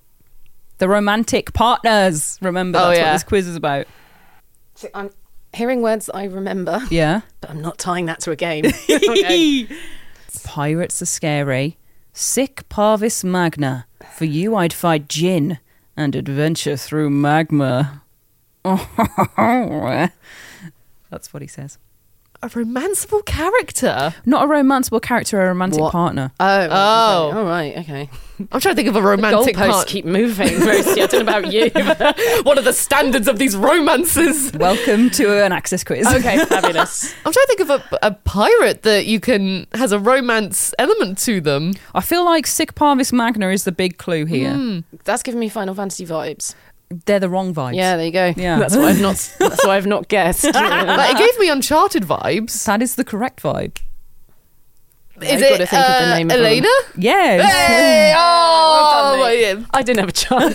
Speaker 2: The romantic partners. Remember,
Speaker 4: Oh,
Speaker 2: that's what
Speaker 4: yeah.
Speaker 2: this quiz is about.
Speaker 3: See, I'm hearing words I remember,
Speaker 2: Yeah?
Speaker 7: But I'm not tying that to a game.
Speaker 2: Pirates are scary. Sick Parvis Magna. For you, I'd fight Jin and adventure through magma. That's what he says.
Speaker 4: A romanceable character.
Speaker 2: Not a romanceable character, a romantic
Speaker 3: What?
Speaker 2: partner.
Speaker 3: Oh.
Speaker 4: Oh.
Speaker 3: All right. Okay.
Speaker 4: I'm trying to think of a romantic
Speaker 7: Goalposts
Speaker 4: part.
Speaker 7: keep moving, Rosie. I don't know about you.
Speaker 4: What are the standards of these romances?
Speaker 2: Welcome to an access quiz.
Speaker 7: okay, fabulous.
Speaker 4: I'm trying to think of a, a pirate that you can has a romance element to them.
Speaker 2: I feel like Sick Parvis Magna is the big clue here.
Speaker 3: That's giving me Final Fantasy vibes.
Speaker 2: They're the wrong vibes.
Speaker 3: Yeah. There you go.
Speaker 2: Yeah.
Speaker 7: That's why I've not. That's why I've not guessed.
Speaker 4: Like, it gave me Uncharted vibes.
Speaker 2: that is the correct vibe.
Speaker 4: Is
Speaker 8: I've
Speaker 4: it
Speaker 8: got to think of the
Speaker 4: uh,
Speaker 8: name of
Speaker 4: Elena?
Speaker 2: Yes.
Speaker 4: Hey, oh,
Speaker 3: well done,
Speaker 4: yeah.
Speaker 3: I didn't have a chance.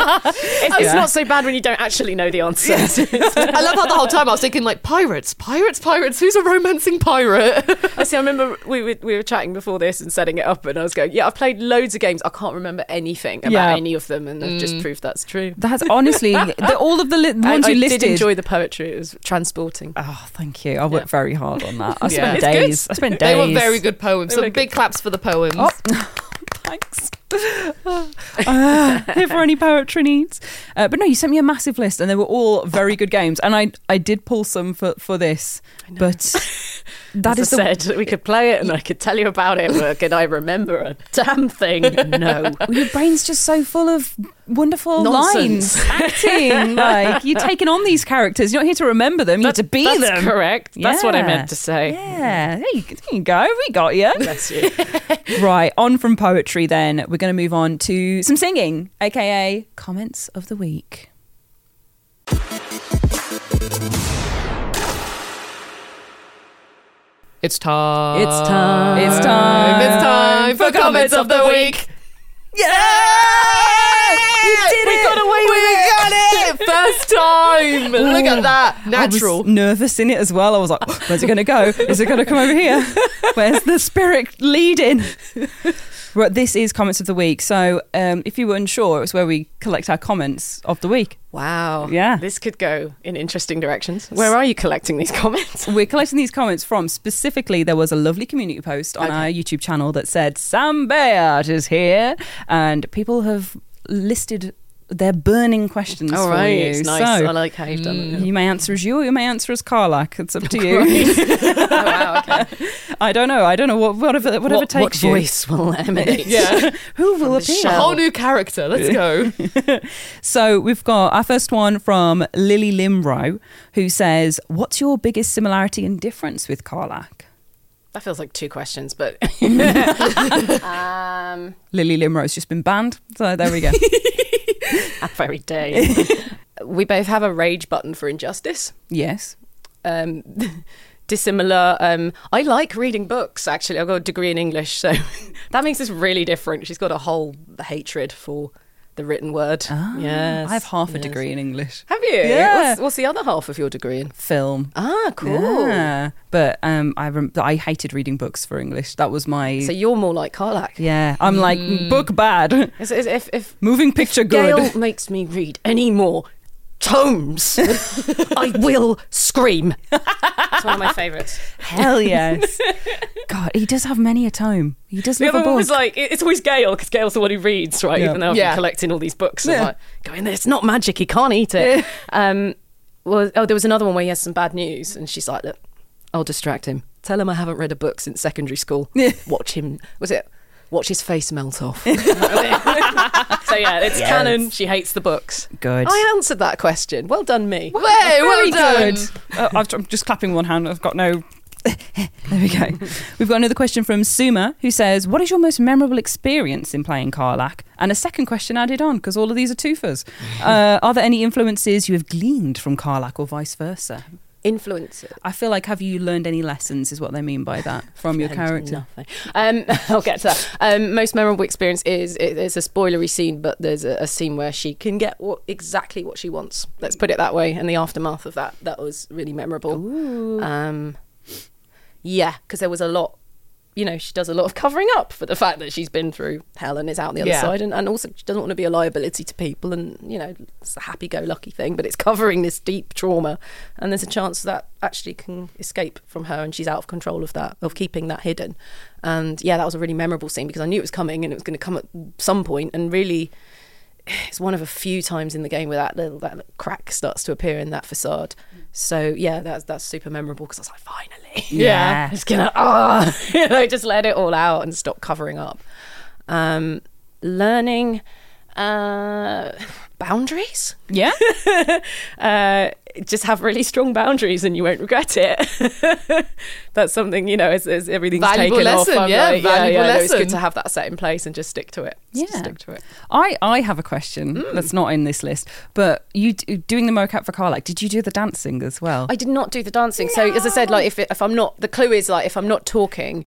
Speaker 3: it's
Speaker 2: Yeah.
Speaker 3: not so bad when you don't actually know the answer.
Speaker 4: I love how the whole time I was thinking like pirates, pirates, pirates. Who's a romancing pirate?
Speaker 3: I see. I remember we were, we were chatting before this and setting it up, and I was going, "Yeah, I've played loads of games. I can't remember anything about
Speaker 2: Yeah.
Speaker 3: any of them, and I've just proved that's true."
Speaker 2: That's honestly the, all of the, li- the
Speaker 3: I,
Speaker 2: ones
Speaker 3: I
Speaker 2: you
Speaker 3: did
Speaker 2: listed.
Speaker 3: enjoy the poetry. It was transporting.
Speaker 2: oh, thank you. I worked
Speaker 3: Yeah.
Speaker 2: very hard on that. I
Speaker 4: Yeah.
Speaker 2: spent
Speaker 4: It's good.
Speaker 2: days. I spent days.
Speaker 4: They were very good poems. Some big claps for the poems.
Speaker 2: Oh, thanks. Ah, here for any poetry needs. Uh, but no, you sent me a massive list, and they were all very good games. And I, I did pull some for for this, but that is
Speaker 3: As
Speaker 2: the
Speaker 3: I said, we could play it, and I could tell you about it. But could I remember a damn thing? No.
Speaker 2: your brain's just so full of wonderful
Speaker 3: Nonsense.
Speaker 2: lines, acting. like you're taking on these characters. You're not here to remember them. You're here to be
Speaker 3: that's
Speaker 2: them.
Speaker 3: correct. That's what I
Speaker 2: Yeah.
Speaker 3: meant to say.
Speaker 2: Yeah, there you, there you go. We got you.
Speaker 3: Bless you.
Speaker 2: right, on from poetry then. We're going to move on to some singing, aka comments of the week.
Speaker 4: It's time.
Speaker 2: It's time. It's time.
Speaker 4: It's time for comments of the week.
Speaker 2: Yeah! You did
Speaker 4: We
Speaker 2: it!
Speaker 4: got away with it. We got it. First time. Look at that.
Speaker 2: I
Speaker 4: Natural.
Speaker 2: was nervous in it as well. I was like, "Oh, where's it going to go? Is it going to come over here? Where's the spirit leading? Right, this is comments of the week. So um, if you were unsure, it's where we collect our comments of the week.
Speaker 3: Wow.
Speaker 2: Yeah.
Speaker 3: This could go in interesting directions. Where are you collecting these comments?
Speaker 2: We're collecting these comments from specifically. There was a lovely community post on our YouTube channel that said Sam Bayard is here, and people have listed their burning questions. for you.
Speaker 3: It's nice.
Speaker 2: So
Speaker 3: I like how you've done it.
Speaker 2: you may answer as you, or you may answer as Carlac. It's up to you. I don't know. I don't know what whatever whatever
Speaker 3: what, what
Speaker 2: takes you.
Speaker 3: voice will emanate?
Speaker 4: yeah.
Speaker 2: Who will appear?
Speaker 4: A whole new character. Let's go.
Speaker 2: So we've got our first one from Lily Limrow, who says, "What's your biggest similarity and difference with Carlac?"
Speaker 3: That feels like two questions, but
Speaker 2: Lily Limrow's just been banned, so there we go.
Speaker 3: that very day. we both have a rage button for injustice.
Speaker 2: yes.
Speaker 3: Um, dissimilar. Um, I like reading books, actually. I've got a degree in English, so that makes us really different. She's got a whole hatred for the written word.
Speaker 2: Ah,
Speaker 3: yes.
Speaker 2: I have half a
Speaker 3: yes.
Speaker 2: degree in English.
Speaker 3: Have you?
Speaker 2: Yeah.
Speaker 3: What's, what's the other half of your degree in?
Speaker 2: Film.
Speaker 3: Ah, cool.
Speaker 2: Yeah. But um, I rem- I hated reading books for English. That was my.
Speaker 3: So you're more like Karlak.
Speaker 2: yeah. I'm like, book bad,
Speaker 3: Is- is- If, if
Speaker 2: moving picture good.
Speaker 3: Gail makes me read any more tomes, I will scream. It's one of my favourites.
Speaker 2: Hell yes. God, he does have many a tome. He does
Speaker 3: The
Speaker 2: love a
Speaker 3: other one
Speaker 2: book.
Speaker 3: was like, it- it's always Gail because Gail's the one who reads, right?
Speaker 2: Yeah.
Speaker 3: Even though I've
Speaker 4: Yeah.
Speaker 3: been collecting all these books,
Speaker 2: Yeah.
Speaker 3: I'm like, going there, it's not magic. He can't eat it. Um, well, oh, there was another one where he has some bad news, and she's like, look, I'll distract him. Tell him I haven't read a book since secondary school.
Speaker 2: Yeah.
Speaker 3: Watch him. Was it? Watch his face melt off. so yeah, it's canon. She hates the books.
Speaker 2: good.
Speaker 3: I answered that question. Well done, me.
Speaker 4: Way, well done.
Speaker 2: Uh, I've, I'm just clapping one hand. I've got no. there we go. We've got another question from Suma who says, What is your most memorable experience in playing Karlak? And a second question added on because all of these are twofers. Uh, are there any influences you have gleaned from Karlak or vice versa?
Speaker 3: Influencer.
Speaker 2: I feel like, have you learned any lessons, is what they mean by that, from your character?
Speaker 3: Nothing. Um, I'll get to that. Um, most memorable experience is it, it's a spoilery scene, but there's a, a scene where she can get what, exactly what she wants. Let's put it that way. And the aftermath of that, that was really memorable. Um, yeah, because there was a lot. You know, she does a lot of covering up for the fact that she's been through hell and is out on the other
Speaker 4: Yeah.
Speaker 3: side, and, and also she doesn't want to be a liability to people. And you know, it's a happy-go-lucky thing, but it's covering this deep trauma, and there's a chance that actually can escape from her, and she's out of control of that, of keeping that hidden. And yeah, that was a really memorable scene because I knew it was coming and it was going to come at some point, and really it's one of a few times in the game where that little that little crack starts to appear in that facade. So yeah, that's that's super memorable because I was like, finally,
Speaker 4: Yeah.
Speaker 3: it's gonna ah, you know, just let it all out and stop covering up. Um, learning uh, boundaries
Speaker 2: Yeah.
Speaker 3: uh, just have really strong boundaries and you won't regret it. That's something, you know, as, as everything's
Speaker 4: Valuable
Speaker 3: taken
Speaker 4: lesson,
Speaker 3: off. I'm
Speaker 4: yeah,
Speaker 3: like,
Speaker 4: valuable
Speaker 3: no, It's
Speaker 4: lesson.
Speaker 3: good to have that set in place and just stick to it. Just
Speaker 2: Yeah.
Speaker 3: stick to it.
Speaker 2: I, I have a question
Speaker 4: Mm.
Speaker 2: that's not in this list, but you d- doing the mocap for Karlak, did you do the dancing as well?
Speaker 3: I did not do the dancing. So as I said, like if, it, if I'm not, the clue is like if I'm not talking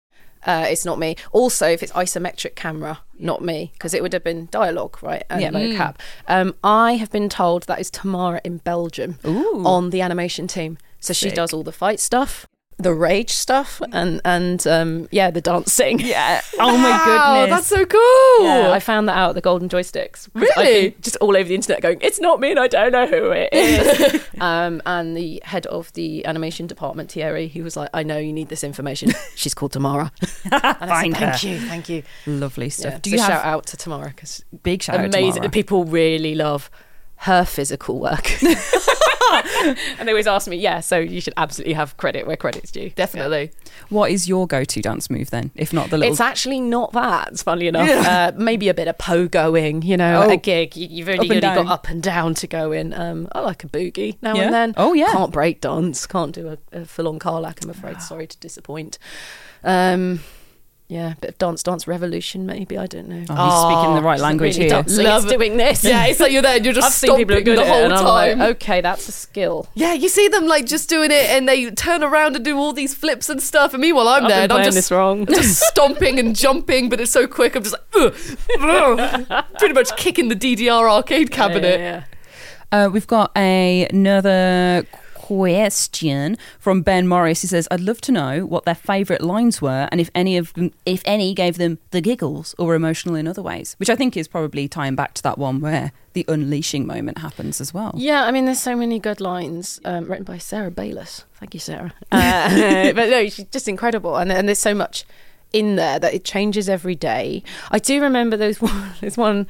Speaker 3: Uh, it's not me. Also, if it's isometric camera, not me, because it would have been dialogue, right? And
Speaker 2: Yeah.
Speaker 3: mocap. Um, I have been told that is Tamara in Belgium on the animation team. So she does all the fight stuff, the rage stuff, and and um, yeah, the dancing. Yeah.
Speaker 2: Oh my
Speaker 4: Wow,
Speaker 2: goodness.
Speaker 4: that's so cool.
Speaker 3: Yeah, I found that out at the Golden Joysticks. 'Cause I've
Speaker 4: Really?
Speaker 3: been just all over the internet going, it's not me and I don't know who it is. um, and the head of the animation department, Thierry, he was like, I know you need this information. She's called Tamara.
Speaker 2: Find her.
Speaker 3: thank you, thank you.
Speaker 2: Lovely stuff.
Speaker 3: Yeah,
Speaker 2: Do
Speaker 3: so
Speaker 2: you
Speaker 3: shout
Speaker 2: have
Speaker 3: out to Tamara because
Speaker 2: big shout out
Speaker 3: amazing.
Speaker 2: Tamara.
Speaker 3: People really love her physical work. and they always ask me, yeah, so you should absolutely have credit where credit's due.
Speaker 4: Definitely.
Speaker 2: What is your go-to dance move then, if not the little?
Speaker 3: It's actually not that, funnily enough. Uh, maybe a bit of pogoing, you know,
Speaker 2: Oh.
Speaker 3: at a gig. You, you've only
Speaker 2: Up and
Speaker 3: really got
Speaker 2: down.
Speaker 3: up and down to go in. Um, I like a boogie now
Speaker 2: Yeah?
Speaker 3: and then.
Speaker 2: Oh, yeah.
Speaker 3: Can't break dance. Can't do a, a full on carlac, I'm afraid. Sorry to disappoint. Um, yeah, bit of dance, dance revolution, maybe. I don't know.
Speaker 2: oh, he's speaking the right
Speaker 3: It's
Speaker 2: language
Speaker 3: really
Speaker 2: here.
Speaker 3: dancing,
Speaker 4: Love
Speaker 3: it's
Speaker 4: it.
Speaker 3: doing this.
Speaker 4: Yeah, it's like you're there and you're just
Speaker 3: I've seen people who are
Speaker 4: stomping
Speaker 3: good
Speaker 4: the
Speaker 3: at
Speaker 4: whole
Speaker 3: it, and
Speaker 4: time.
Speaker 3: I'm like, oh. okay, that's a skill.
Speaker 4: Yeah, you see them like just doing it, and they turn around and do all these flips and stuff. And meanwhile, I'm
Speaker 3: I've
Speaker 4: there,
Speaker 3: been
Speaker 4: and I'm
Speaker 3: playing
Speaker 4: just
Speaker 3: this wrong.
Speaker 4: just stomping and jumping, but it's so quick. I'm just like, ugh, ugh, pretty much kicking the DDR arcade cabinet.
Speaker 2: Uh, we've got a, another question from Ben Morris. He says, "I'd love to know what their favourite lines were, and if any of them, if any, gave them the giggles or were emotional in other ways." Which I think is probably tying back to that one where the unleashing moment happens as well.
Speaker 3: Yeah, I mean, there's so many good lines um, written by Sarah Bayless. Thank you, Sarah. Uh, but no, she's just incredible, and and there's so much in there that it changes every day. I do remember there's one. There's one.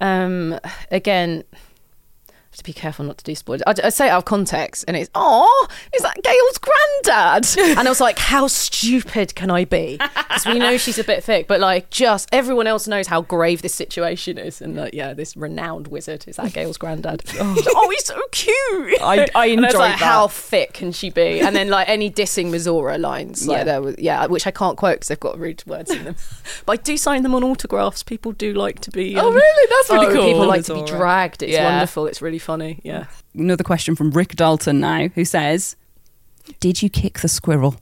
Speaker 3: Um, again, I have to be careful not to do spoilers. I, I say it out of context, and it's oh, is that Gail's granddad? And I was like, how stupid can I be? Because we know she's a bit thick, but like, just everyone else knows how grave this situation is, and like, yeah, this renowned wizard is that Gail's granddad. oh. he's so cute.
Speaker 2: I- I
Speaker 3: And was
Speaker 2: enjoyed
Speaker 3: like,
Speaker 2: that.
Speaker 3: How thick can she be? And then like any dissing Mizora lines, like
Speaker 2: Yeah.
Speaker 3: there was yeah, which I can't quote because they've got rude words in them. but I do sign them on autographs. People do like to be.
Speaker 4: Oh,
Speaker 3: um,
Speaker 4: really? That's really
Speaker 3: oh,
Speaker 4: cool.
Speaker 3: People like to be
Speaker 2: Mizora.
Speaker 3: dragged. It's
Speaker 4: Yeah.
Speaker 3: wonderful. It's really funny. Yeah.
Speaker 2: Another question from Rick Dalton now, who says, "Did you kick the squirrel?"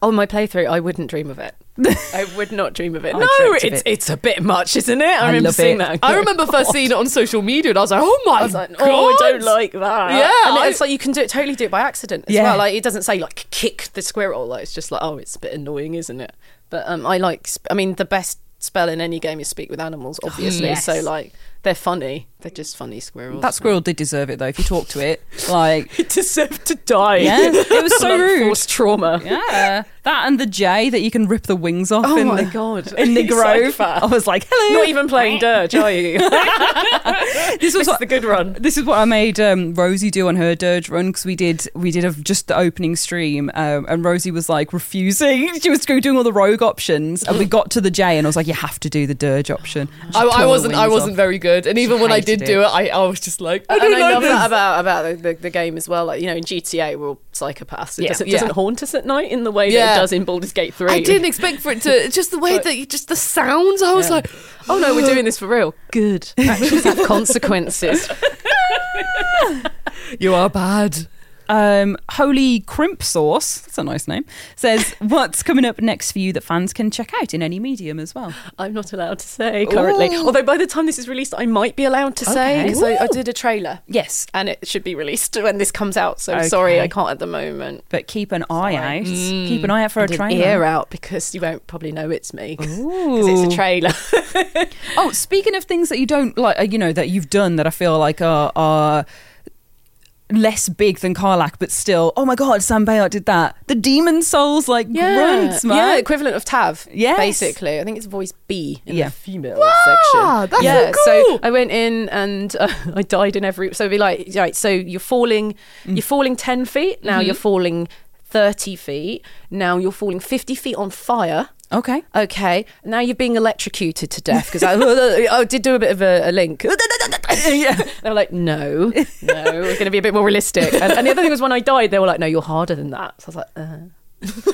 Speaker 3: Oh, my playthrough. I wouldn't dream of it. I would not dream of it.
Speaker 2: I
Speaker 3: No,
Speaker 2: dreamt of
Speaker 3: it's
Speaker 2: it.
Speaker 3: it's a bit much, isn't it? I,
Speaker 2: I
Speaker 3: remember
Speaker 2: love
Speaker 3: seeing
Speaker 2: it.
Speaker 3: that. and
Speaker 4: I
Speaker 3: going,
Speaker 4: remember first seeing it on social media, and I was like, oh my
Speaker 3: I was like,
Speaker 4: god,
Speaker 3: oh, I don't like that.
Speaker 4: Yeah,
Speaker 3: and
Speaker 4: I-
Speaker 3: it's like you can do it totally do it by accident as
Speaker 2: Yeah.
Speaker 3: well. Like it doesn't say like kick the squirrel. Like it's just like oh, it's a bit annoying, isn't it? But um, I like. Sp- I mean, the best spell in any game is speak with animals, obviously.
Speaker 2: yes.
Speaker 3: So like they're funny. They're just funny squirrels.
Speaker 2: That squirrel did deserve it though. If you talk to it, like
Speaker 3: it deserved to die.
Speaker 2: Yeah, it was so
Speaker 3: From
Speaker 2: rude.
Speaker 3: unforced trauma.
Speaker 2: yeah, that and the J that you can rip the wings off.
Speaker 3: Oh
Speaker 2: in
Speaker 3: my
Speaker 2: the,
Speaker 3: God.
Speaker 2: In the
Speaker 3: You
Speaker 2: grove,
Speaker 3: psychopath.
Speaker 2: I was like, "Hello."
Speaker 3: Not even playing dirge, are you?
Speaker 2: this was
Speaker 3: this is
Speaker 2: what,
Speaker 3: the good run.
Speaker 2: This is what I made um, Rosie do on her dirge run because we did we did a, just the opening stream um, and Rosie was like refusing. She was doing all the rogue options and we got to the J and I was like, you have to do the dirge option. She
Speaker 4: I,
Speaker 2: tore
Speaker 4: I
Speaker 2: her
Speaker 4: wasn't. I
Speaker 2: wings
Speaker 4: wasn't
Speaker 2: off.
Speaker 4: very good, and even when I
Speaker 2: hated
Speaker 4: did do it, I, I was just like, I
Speaker 3: and
Speaker 4: don't
Speaker 3: I
Speaker 4: like
Speaker 3: love
Speaker 4: this.
Speaker 3: that about about the, the, the game as well. Like you know, in GTA we're all psychopaths. It
Speaker 4: Yeah.
Speaker 3: doesn't,
Speaker 4: Yeah.
Speaker 3: doesn't haunt us at night in the way
Speaker 4: Yeah.
Speaker 3: that it does in Baldur's Gate Three.
Speaker 4: I didn't expect for it to. it's Just the way that you just the sounds. I was like,
Speaker 3: Oh no, we're doing this for real. Good. Actions have consequences.
Speaker 4: you are bad.
Speaker 2: Um, Holy Crimp Sauce, that's a nice name, says, what's coming up next for you that fans can check out in any medium as well?
Speaker 3: I'm not allowed to say currently. Although by the time this is released, I might be allowed to say
Speaker 2: Okay.
Speaker 3: because I, I did a trailer
Speaker 2: Yes,
Speaker 3: and it should be released when this comes out. So
Speaker 2: Okay.
Speaker 3: sorry, I can't at the moment.
Speaker 2: but keep an eye out.
Speaker 3: Mm.
Speaker 2: Keep an eye out for a
Speaker 3: And an ear
Speaker 2: trailer.
Speaker 3: out because you won't probably know it's me because it's a trailer.
Speaker 2: Oh, speaking of things that you don't like, uh, you know, that you've done that I feel like are are less big than Karlak, but still, oh my god, Sam Bayard did that. The Demon Souls like grunts, man.
Speaker 3: yeah, equivalent of Tav.
Speaker 2: Yes.
Speaker 3: basically, I think it's voice B in
Speaker 2: Yeah.
Speaker 3: the female section.
Speaker 4: that's so
Speaker 3: yeah,
Speaker 4: cool.
Speaker 3: so I went in and uh, I died in every. So it'd be like, right, so you're falling, you're falling ten feet. Now you're falling thirty feet. Now you're falling fifty feet on fire.
Speaker 2: Okay.
Speaker 3: Okay, now you're being electrocuted to death because I, I did do a bit of a, a link. yeah. They were like, no, no, we're going to be a bit more realistic. And, and the other thing was when I died, they were like, no, you're harder than that. So I was like, uh. It was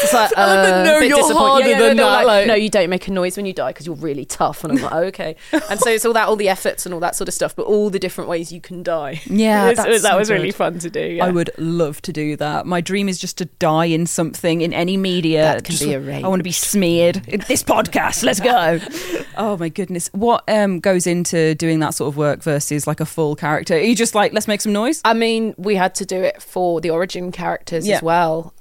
Speaker 3: just like, uh,
Speaker 4: no,
Speaker 3: bit
Speaker 4: you're
Speaker 3: disappointing.
Speaker 4: harder
Speaker 3: yeah, yeah,
Speaker 4: than
Speaker 3: they were
Speaker 4: that,
Speaker 3: Like,
Speaker 4: like-
Speaker 3: no, you don't make a noise when you die because you're really tough. And I'm like, oh, okay. And so it's all that, all the efforts and all that sort of stuff, but all the different ways you can die.
Speaker 2: Yeah,
Speaker 3: It was-
Speaker 2: that's
Speaker 3: that was
Speaker 2: so
Speaker 3: really
Speaker 2: good.
Speaker 3: fun to do. yeah.
Speaker 2: I would love to do that. My dream is just to die in something in any media.
Speaker 5: That can
Speaker 2: Just
Speaker 5: be
Speaker 2: like,
Speaker 5: arranged.
Speaker 2: I want to be smeared. in This podcast, let's go. oh my goodness, what um, goes into doing that sort of work versus like a full character? Are you just like let's make some noise?
Speaker 3: I mean, we had to do it for the origin characters
Speaker 2: Yeah.
Speaker 3: as well.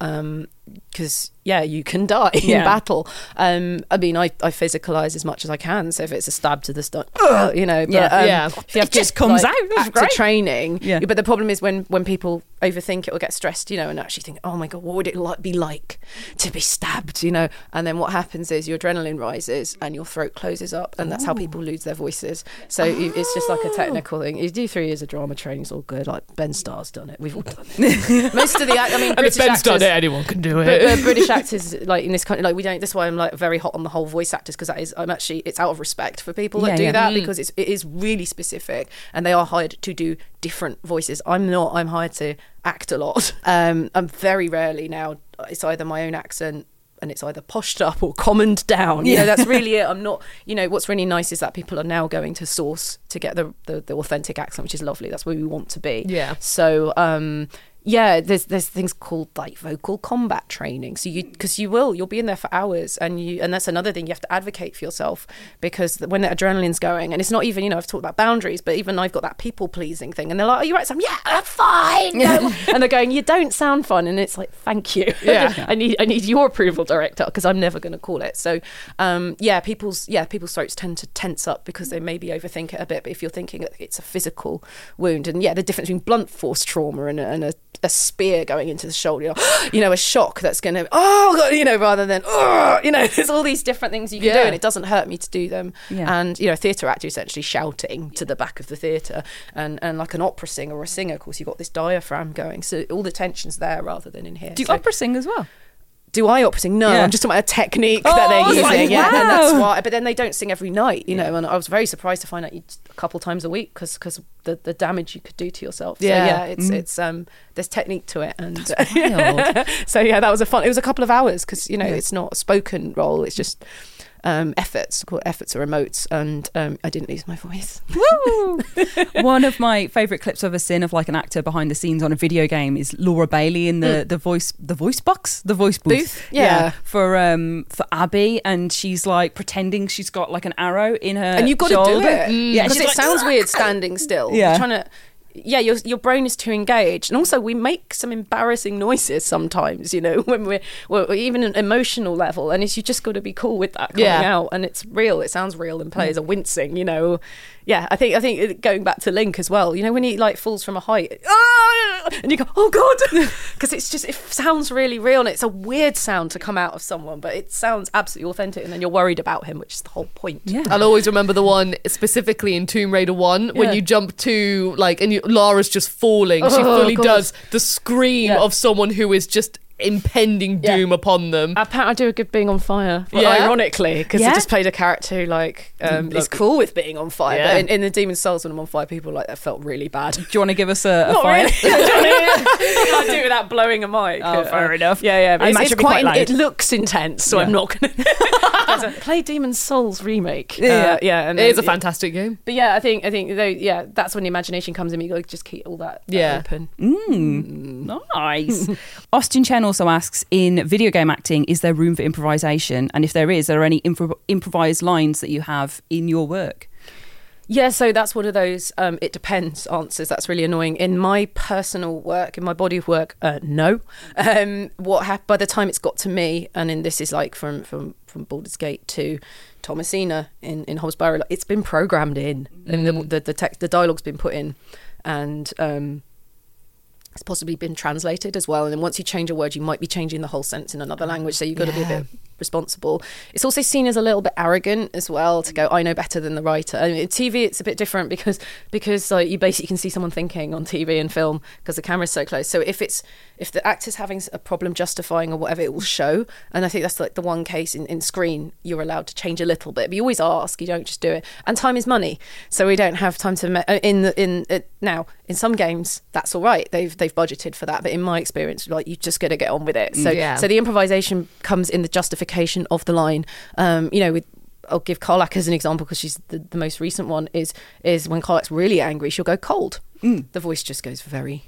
Speaker 3: because yeah, you can die in
Speaker 2: Yeah.
Speaker 3: battle. Um, I mean, I, I physicalize as much as I can. So if it's a stab to the stomach, "Ugh," you know, but,
Speaker 2: Yeah.
Speaker 3: um,
Speaker 4: Yeah.
Speaker 3: if you have
Speaker 2: It just comes out. That's
Speaker 3: actor
Speaker 2: great.
Speaker 3: training.
Speaker 2: Yeah.
Speaker 3: But the problem is when when people overthink it or get stressed, you know, and actually think, oh my god, what would it like be like to be stabbed? You know, and then what happens is your adrenaline rises and your throat closes up, and that's how people lose their voices. So you it's just like a technical thing. You do three years of drama training, it's all good. Like Ben Starr's done it. We've all done it. Most of the, act- I mean,
Speaker 4: And if
Speaker 3: British
Speaker 4: Ben's done
Speaker 3: actors-
Speaker 4: it, anyone can do
Speaker 3: but,
Speaker 4: it.
Speaker 3: but British actors, like in this country, like we don't. That's why I'm like very hot on the whole voice actors because that is, I'm actually, it's out of respect for people that
Speaker 2: Yeah,
Speaker 3: do
Speaker 2: yeah.
Speaker 3: that because it's, it is really specific and they are hired to do different voices. I'm not. I'm hired to act a lot. Um, I'm very rarely now. It's either my own accent and it's either poshed up or commoned down. You know, that's really it. I'm not, you know, what's really nice is that people are now going to source to get the, the, the authentic accent, which is lovely. That's where we want to be.
Speaker 4: Yeah.
Speaker 3: So, um, yeah, there's there's things called like vocal combat training. So you because you will you'll be in there for hours, and you and that's another thing you have to advocate for yourself because when the adrenaline's going, and it's not even you know I've talked about boundaries, but even I've got that people pleasing thing, and they're like, "Are you right?" So I'm, "Yeah, I'm fine." No." and they're going, "You don't sound fun," and it's like, "Thank you."
Speaker 4: Yeah.
Speaker 3: I need I need your approval, director, because I'm never going to call it. So, um, yeah, people's yeah people's throats tend to tense up because they maybe overthink it a bit. But if you're thinking that it's a physical wound, and yeah, the difference between blunt force trauma and a, and a, a spear going into the shoulder, you know, you know, a shock that's going to oh God, you know, rather than oh, you know, there's all these different things you can do,
Speaker 4: Yeah.
Speaker 3: and it doesn't hurt me to do them.
Speaker 2: Yeah.
Speaker 3: And you know, a theatre actor essentially shouting to the back of the theatre, and and like an opera singer or a singer, of course, you've got this diaphragm going, so all the tension's there rather than in here.
Speaker 2: Do you
Speaker 3: So-
Speaker 2: opera sing as well?
Speaker 3: do I opera sing? No,
Speaker 2: Yeah.
Speaker 3: I'm just talking about a technique
Speaker 2: Oh,
Speaker 3: that
Speaker 2: I
Speaker 3: they're
Speaker 2: was
Speaker 3: using.
Speaker 2: like,
Speaker 3: yeah, and that's
Speaker 2: wow.
Speaker 3: why. But then they don't sing every night, you know. And I was very surprised to find out you a couple times a week because the, the damage you could do to yourself.
Speaker 4: Yeah.
Speaker 3: so, yeah. It's it's um there's technique to it, and
Speaker 2: Mm. wild.
Speaker 3: so yeah, that was a fun. It was a couple of hours because you know it's not a spoken role. It's just um efforts called efforts or emotes, and um, I didn't lose my voice.
Speaker 2: Woo! One of my favourite clips I've ever seen of like an actor behind the scenes on a video game is Laura Bailey in the, the voice the voice box the voice
Speaker 3: Mm.
Speaker 2: booth,
Speaker 3: Booth? Yeah.
Speaker 2: for um for Abby and she's like pretending she's got like an arrow in her
Speaker 3: and you've got to do
Speaker 2: shoulder. Mm.
Speaker 3: it
Speaker 2: yeah
Speaker 3: because
Speaker 2: she's
Speaker 3: it
Speaker 2: like,
Speaker 3: sounds weird standing still
Speaker 2: Yeah.
Speaker 3: yeah trying to yeah your, your brain is too engaged and also we make some embarrassing noises sometimes you know when we're, well even an emotional level and it's you just got to be cool with that coming
Speaker 4: Yeah.
Speaker 3: out and it's real it sounds real and players are wincing you know yeah i think i think it- going back to link as well you know when he like falls from a height "Ah!" and you go oh god because it's just it sounds really real and it's a weird sound to come out of someone but it sounds absolutely authentic and then you're worried about him which is the whole point
Speaker 2: yeah
Speaker 4: I'll always remember the one specifically in Tomb Raider One when
Speaker 3: Yeah.
Speaker 4: you jump to like and you, Lara's just falling. she
Speaker 3: Oh,
Speaker 4: fully
Speaker 3: God.
Speaker 4: does the scream
Speaker 3: Yeah.
Speaker 4: of someone who is just impending
Speaker 3: Yeah.
Speaker 4: doom upon them.
Speaker 3: Apparently, I do a good being on fire. Well,
Speaker 4: Yeah?
Speaker 3: Ironically, because
Speaker 2: Yeah.
Speaker 3: I just played a character who like um, is
Speaker 4: Like-
Speaker 3: cool with being on fire.
Speaker 4: Yeah.
Speaker 3: But in, in the Demon Souls, when I'm on fire, people are like that felt really bad.
Speaker 2: do you want to give us a, a
Speaker 3: Not
Speaker 2: fire
Speaker 3: really. Do you know what I mean? I do it without blowing a mic.
Speaker 2: Oh, fair enough.
Speaker 3: Yeah, yeah. But
Speaker 2: I
Speaker 3: it's,
Speaker 2: imagine
Speaker 3: it's
Speaker 2: it'd be
Speaker 3: quite.
Speaker 2: quite
Speaker 3: it
Speaker 2: loud.
Speaker 3: looks intense, so I'm not going to play Demon Souls remake. Uh,
Speaker 2: Yeah.
Speaker 3: yeah. And
Speaker 4: it is a
Speaker 3: then-
Speaker 4: fantastic game.
Speaker 3: But yeah, I think I think though, yeah, that's when the imagination comes in. You got to just keep all that, that
Speaker 4: Yeah.
Speaker 3: open.
Speaker 2: Nice. Austin Chen also asks in video game acting, is there room for improvisation? And if there is, are there any impro- improvised lines that you have in your work?
Speaker 3: Yeah, so that's one of those um, it depends answers. That's really annoying. In my personal work, in my body of work, uh, no. Um, what hap- by the time it's got to me, and in this is like from from from Baldur's Gate to Thomasina in in Hobbs Barrow, like, it's been programmed in, and the the, the text, the dialogue's been put in, and. Um, it's possibly been translated as well, and then once you change a word, you might be changing the whole sentence in another language. So you've got to be a bit responsible. It's also seen as a little bit arrogant as well to go, I know better than the writer. I mean, TV, it's a bit different because because like, you basically can see someone thinking on TV and film because the camera's so close. So if it's if the actor's having a problem justifying or whatever, it will show. And I think that's like the one case in, in screen you're allowed to change a little bit, but you always ask. You don't just do it. And time is money, so we don't have time to me- uh, in the, in uh, now in some games that's all right. They've they've budgeted for that, but in my experience, like you just got to get on with it. So
Speaker 4: Yeah.
Speaker 3: so the improvisation comes in the justification of the line. Um, you know with. I'll give Karlak as an example because she's the, the most recent one. Is is when Karlak's really angry, she'll go cold. The voice just goes very,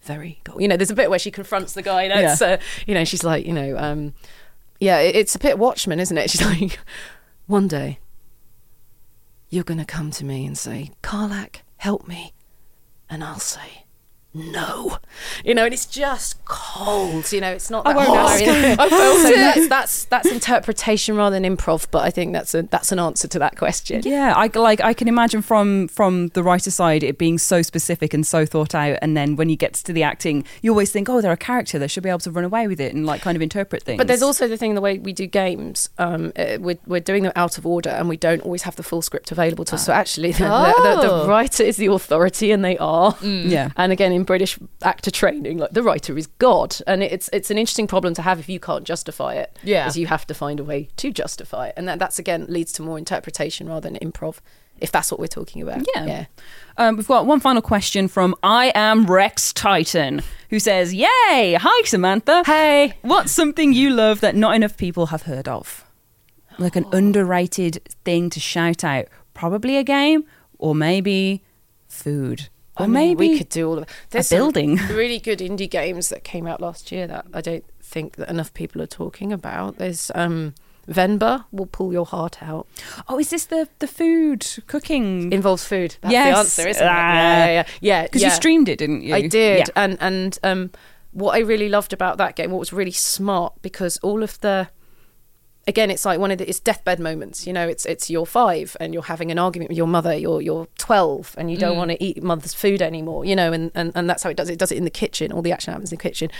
Speaker 3: very cold. You know, there's a bit where she confronts the guy. That's uh, you know, she's like, you know, um, yeah, it- it's a bit Watchmen, isn't it? She's like, one day you're going to come to me and say, Karlak, help me. And I'll say, no. You know, and it's just cold. You know, it's not that I
Speaker 2: won't ask.
Speaker 3: I felt so that's, that's, that's interpretation rather than improv, but I think that's, a, that's an answer to that question.
Speaker 2: Yeah, I like I can imagine from from the writer's side it being so specific and so thought out, and then when he gets to the acting, you always think, oh, they're a character, they should be able to run away with it and like kind of interpret things.
Speaker 3: But there's also the thing the way we do games, um, uh, we're, we're doing them out of order and we don't always have the full script available to us.
Speaker 2: Ah.
Speaker 3: So actually, the, the, the,
Speaker 2: Oh.
Speaker 3: the writer is the authority and they are.
Speaker 2: yeah,
Speaker 3: And again, in British actor training, like the writer is God, and it's it's an interesting problem to have if you can't justify it.
Speaker 4: Yeah.
Speaker 3: is you have to find a way to justify it, and that that's again leads to more interpretation rather than improv, if that's what we're talking about.
Speaker 2: Yeah. Um, we've got one final question from I am Rex Titan, who says, "Yay! Hi, Samantha. Hey, what's something you love that not enough people have heard of? Like
Speaker 3: Oh.
Speaker 2: an underrated thing to shout out? Probably a game, or maybe food, or
Speaker 3: I mean,
Speaker 2: maybe
Speaker 3: we could do all of there's some
Speaker 2: building.
Speaker 3: really good indie games that came out last year that I don't think that enough people are talking about. There's um, Venba will pull your heart out.
Speaker 2: Oh, is this the the food cooking?
Speaker 3: Involves food. That's
Speaker 2: Yes.
Speaker 3: the answer, isn't it?
Speaker 2: Ah.
Speaker 3: Yeah, yeah, yeah.
Speaker 2: Because you
Speaker 3: yeah.
Speaker 2: streamed it, didn't you?
Speaker 3: I did,
Speaker 2: Yeah.
Speaker 3: and and um, what I really loved about that game, what was really smart, because all of the again, it's like one of the it's deathbed moments. You know, it's it's you're five and you're having an argument with your mother. You're you're twelve and you don't want to eat mother's food anymore. You know, and, and and that's how it does. It It does it in the kitchen. All the action happens in the kitchen.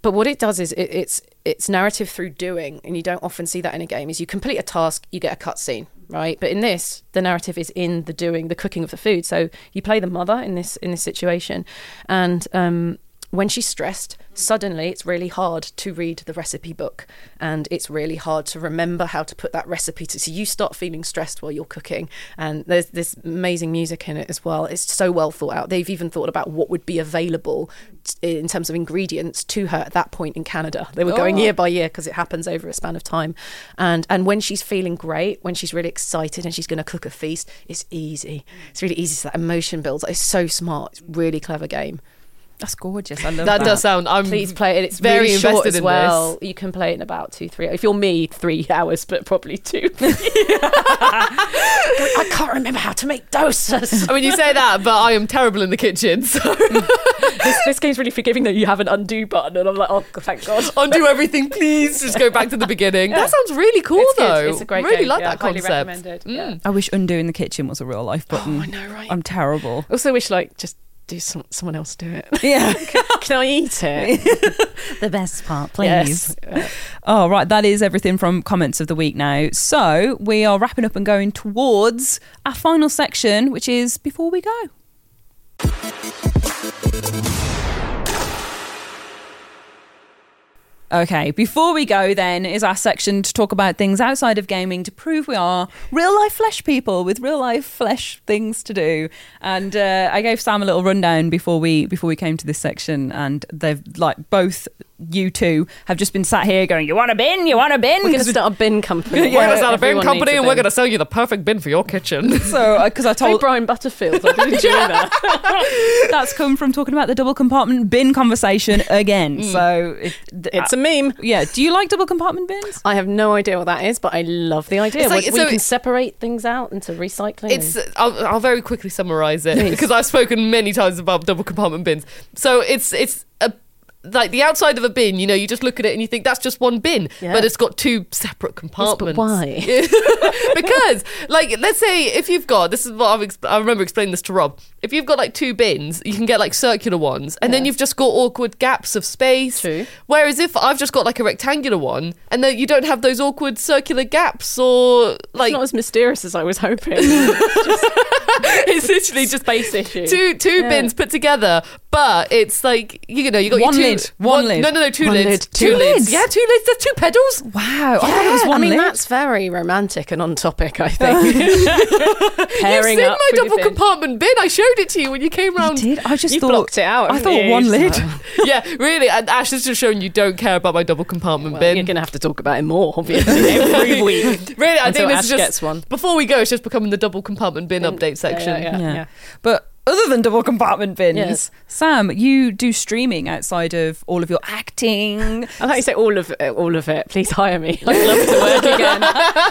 Speaker 3: But what it does is it, it's it's narrative through doing, and you don't often see that in a game. Is you complete a task, you get a cutscene, right? But in this, the narrative is in the doing, the cooking of the food. So you play the mother in this in this situation, and um, when she's stressed, suddenly it's really hard to read the recipe book and it's really hard to remember how to put that recipe to. So you start feeling stressed while you're cooking. And there's this amazing music in it as well. It's so well thought out. They've even thought about what would be available t- in terms of ingredients to her at that point in Canada. They were going year by year because it happens over a span of time. And and when she's feeling great, when she's really excited and she's going to cook a feast, it's easy. It's really easy. So that emotion builds. It's so smart. It's really clever game
Speaker 2: That's gorgeous. Oh, I love
Speaker 4: That does sound. I'm
Speaker 3: please play it. It's
Speaker 4: very
Speaker 3: Mm-hmm. very short
Speaker 4: invested
Speaker 3: as
Speaker 4: in
Speaker 3: well. You can play it in about two, three. If you're me, three hours, but probably two.
Speaker 9: I can't remember how to make doses.
Speaker 4: I mean, you say that, but I am terrible in the kitchen. So
Speaker 3: this, this game's really forgiving that you have an undo button, and I'm like, oh, thank God.
Speaker 4: undo everything, please. Just go back to the beginning. That sounds really cool,
Speaker 3: It's good.
Speaker 4: though.
Speaker 3: It's a great
Speaker 4: really
Speaker 3: game.
Speaker 4: like
Speaker 3: Yeah,
Speaker 4: that
Speaker 3: highly
Speaker 4: concept.
Speaker 3: recommended.
Speaker 4: Mm.
Speaker 3: Yeah.
Speaker 2: I wish undoing the kitchen was a real life button.
Speaker 3: Oh, I know, right?
Speaker 2: I'm terrible.
Speaker 3: also wish like just do some, someone else do it.
Speaker 2: Yeah.
Speaker 3: can I eat it?
Speaker 10: The best part, please.
Speaker 3: yes.
Speaker 2: Oh, right. That is everything from comments of the week now. So we are wrapping up and going towards our final section, which is before we go. Okay, before we go, then, is our section to talk about things outside of gaming to prove we are real life flesh people with real life flesh things to do. And uh, I gave Sam a little rundown before we before we came to this section, and they've like both you two have just been sat here going, "You want a bin? You want a bin?"
Speaker 3: We're gonna
Speaker 2: 'Cause
Speaker 3: start a bin company.
Speaker 4: We're gonna start a bin
Speaker 3: Everyone
Speaker 4: company,
Speaker 3: needs a
Speaker 4: and we're
Speaker 3: bin.
Speaker 4: gonna sell you the perfect bin for your kitchen.
Speaker 2: so because I
Speaker 3: Hey
Speaker 2: told
Speaker 3: Brian Butterfield, I did enjoy that.
Speaker 2: that's come from talking about the double compartment bin conversation again. So it, th-
Speaker 3: Mm.
Speaker 2: uh,
Speaker 3: It's a meme.
Speaker 2: yeah. Do you like double compartment bins?
Speaker 3: I have no idea what that is, but I love the idea.
Speaker 4: It's like-
Speaker 3: Like, we
Speaker 4: so
Speaker 3: can
Speaker 4: it-
Speaker 3: separate things out into recycling.
Speaker 4: It's. I'll, I'll very quickly summarize it because I've spoken many times about double compartment bins. So it's it's a like the outside of a bin. You know, you just look at it and you think that's just one bin,
Speaker 3: Yeah.
Speaker 4: but it's got two separate
Speaker 3: and,
Speaker 4: compartments.
Speaker 3: but why?
Speaker 4: because like let's say if you've got this is what I've exp- I remember explaining this to Rob if you've got like two bins, you can get like circular ones, and then you've just got awkward gaps of space.
Speaker 3: True.
Speaker 4: Whereas if I've just got like a rectangular one, and then you don't have those awkward circular gaps or like
Speaker 7: Not as mysterious as I was hoping. Just
Speaker 4: it's literally just
Speaker 7: space issue.
Speaker 4: two two bins put together, but it's like you know you got
Speaker 2: One
Speaker 4: your two,
Speaker 2: lid, one lid.
Speaker 4: No, no, no, two
Speaker 7: One
Speaker 4: lids,
Speaker 7: lid,
Speaker 4: two,
Speaker 7: two
Speaker 4: lids.
Speaker 2: lids.
Speaker 4: Yeah, two lids. There's two pedals.
Speaker 2: Wow, I thought it was
Speaker 7: Yeah,
Speaker 2: one
Speaker 7: I mean,
Speaker 2: lid.
Speaker 7: that's very romantic and on topic, I think.
Speaker 4: You've
Speaker 7: Pairing
Speaker 4: seen
Speaker 7: up
Speaker 4: my
Speaker 7: with your
Speaker 4: double
Speaker 7: bin.
Speaker 4: compartment bin. I showed it to you when you came round.
Speaker 2: did I just
Speaker 7: You
Speaker 2: thought
Speaker 7: blocked it out,
Speaker 2: I
Speaker 7: haven't
Speaker 2: thought
Speaker 7: you?
Speaker 2: one
Speaker 7: So-
Speaker 2: lid.
Speaker 4: yeah, really. And Ash has just shown you don't care about my double compartment
Speaker 7: Well,
Speaker 4: bin.
Speaker 7: You're going to have to talk about it more, obviously, every week.
Speaker 4: Really, I
Speaker 7: Until
Speaker 4: think this is
Speaker 7: Ash
Speaker 4: just
Speaker 7: gets one. Mm,
Speaker 4: before we go. It's just becoming the double compartment bin update section.
Speaker 7: yeah,
Speaker 2: yeah. But other than double compartment bins,
Speaker 7: Yes.
Speaker 2: Sam, you do streaming outside of all of your acting.
Speaker 7: I like you say all of it, all of it. Please hire me. I love to work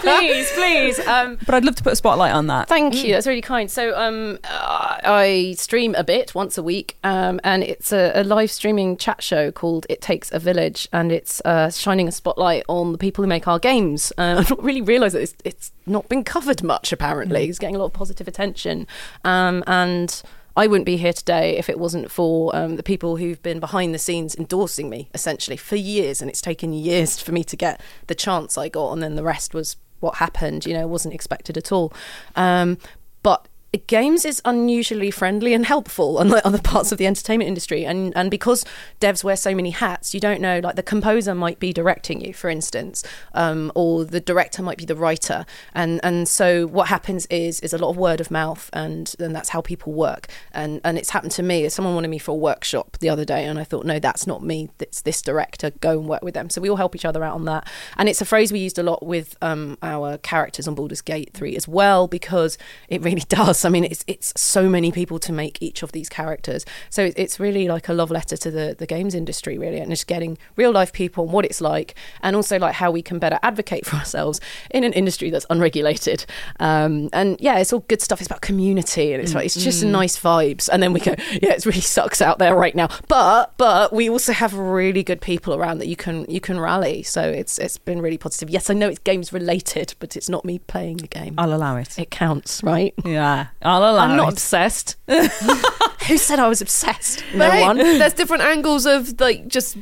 Speaker 7: again. please, please. Um,
Speaker 2: But I'd love to put a spotlight on that.
Speaker 7: thank
Speaker 3: Thank you. That's really kind. So, um, uh, I stream a bit once a week, um, and it's a, a live streaming chat show called "It Takes a Village," and it's uh, shining a spotlight on the people who make our games. Uh, I don't really realise that it's, it's not been covered much. Apparently, it's getting a lot of positive attention, um, and. I wouldn't be here today if it wasn't for um, the people who've been behind the scenes endorsing me essentially for years, and it's taken years for me to get the chance I got, and then the rest was what happened. You know, wasn't expected at all. Um, but games is unusually friendly and helpful unlike other parts of the entertainment industry and and because devs wear so many hats you don't know like the composer might be directing you for instance um, or the director might be the writer and and so what happens is is a lot of word of mouth and and that's how people work and and it's happened to me someone wanted me for a workshop the other day and I thought no that's not me it's this director go and work with them so we all help each other out on that and it's a phrase we used a lot with um, our characters on Baldur's Gate 3 as well because it really does I mean it's it's so many people to make each of these characters so it- it's really like a love letter to the the games industry really and just getting real life people and what it's like and also like how we can better advocate for ourselves in an industry that's unregulated um, and yeah it's all good stuff it's about community and it's like it's just nice vibes and then we go yeah it really sucks out there right now but but we also have really good people around that you can you can rally so it's it's been really positive yes I know it's games related but it's not me playing the game
Speaker 2: I'll allow it.
Speaker 3: it counts right
Speaker 2: Yeah, I'll allow
Speaker 3: I'm
Speaker 2: it.
Speaker 3: not obsessed. Who said I was obsessed?
Speaker 4: But
Speaker 3: no
Speaker 4: hey,
Speaker 3: one.
Speaker 4: there's different angles of like just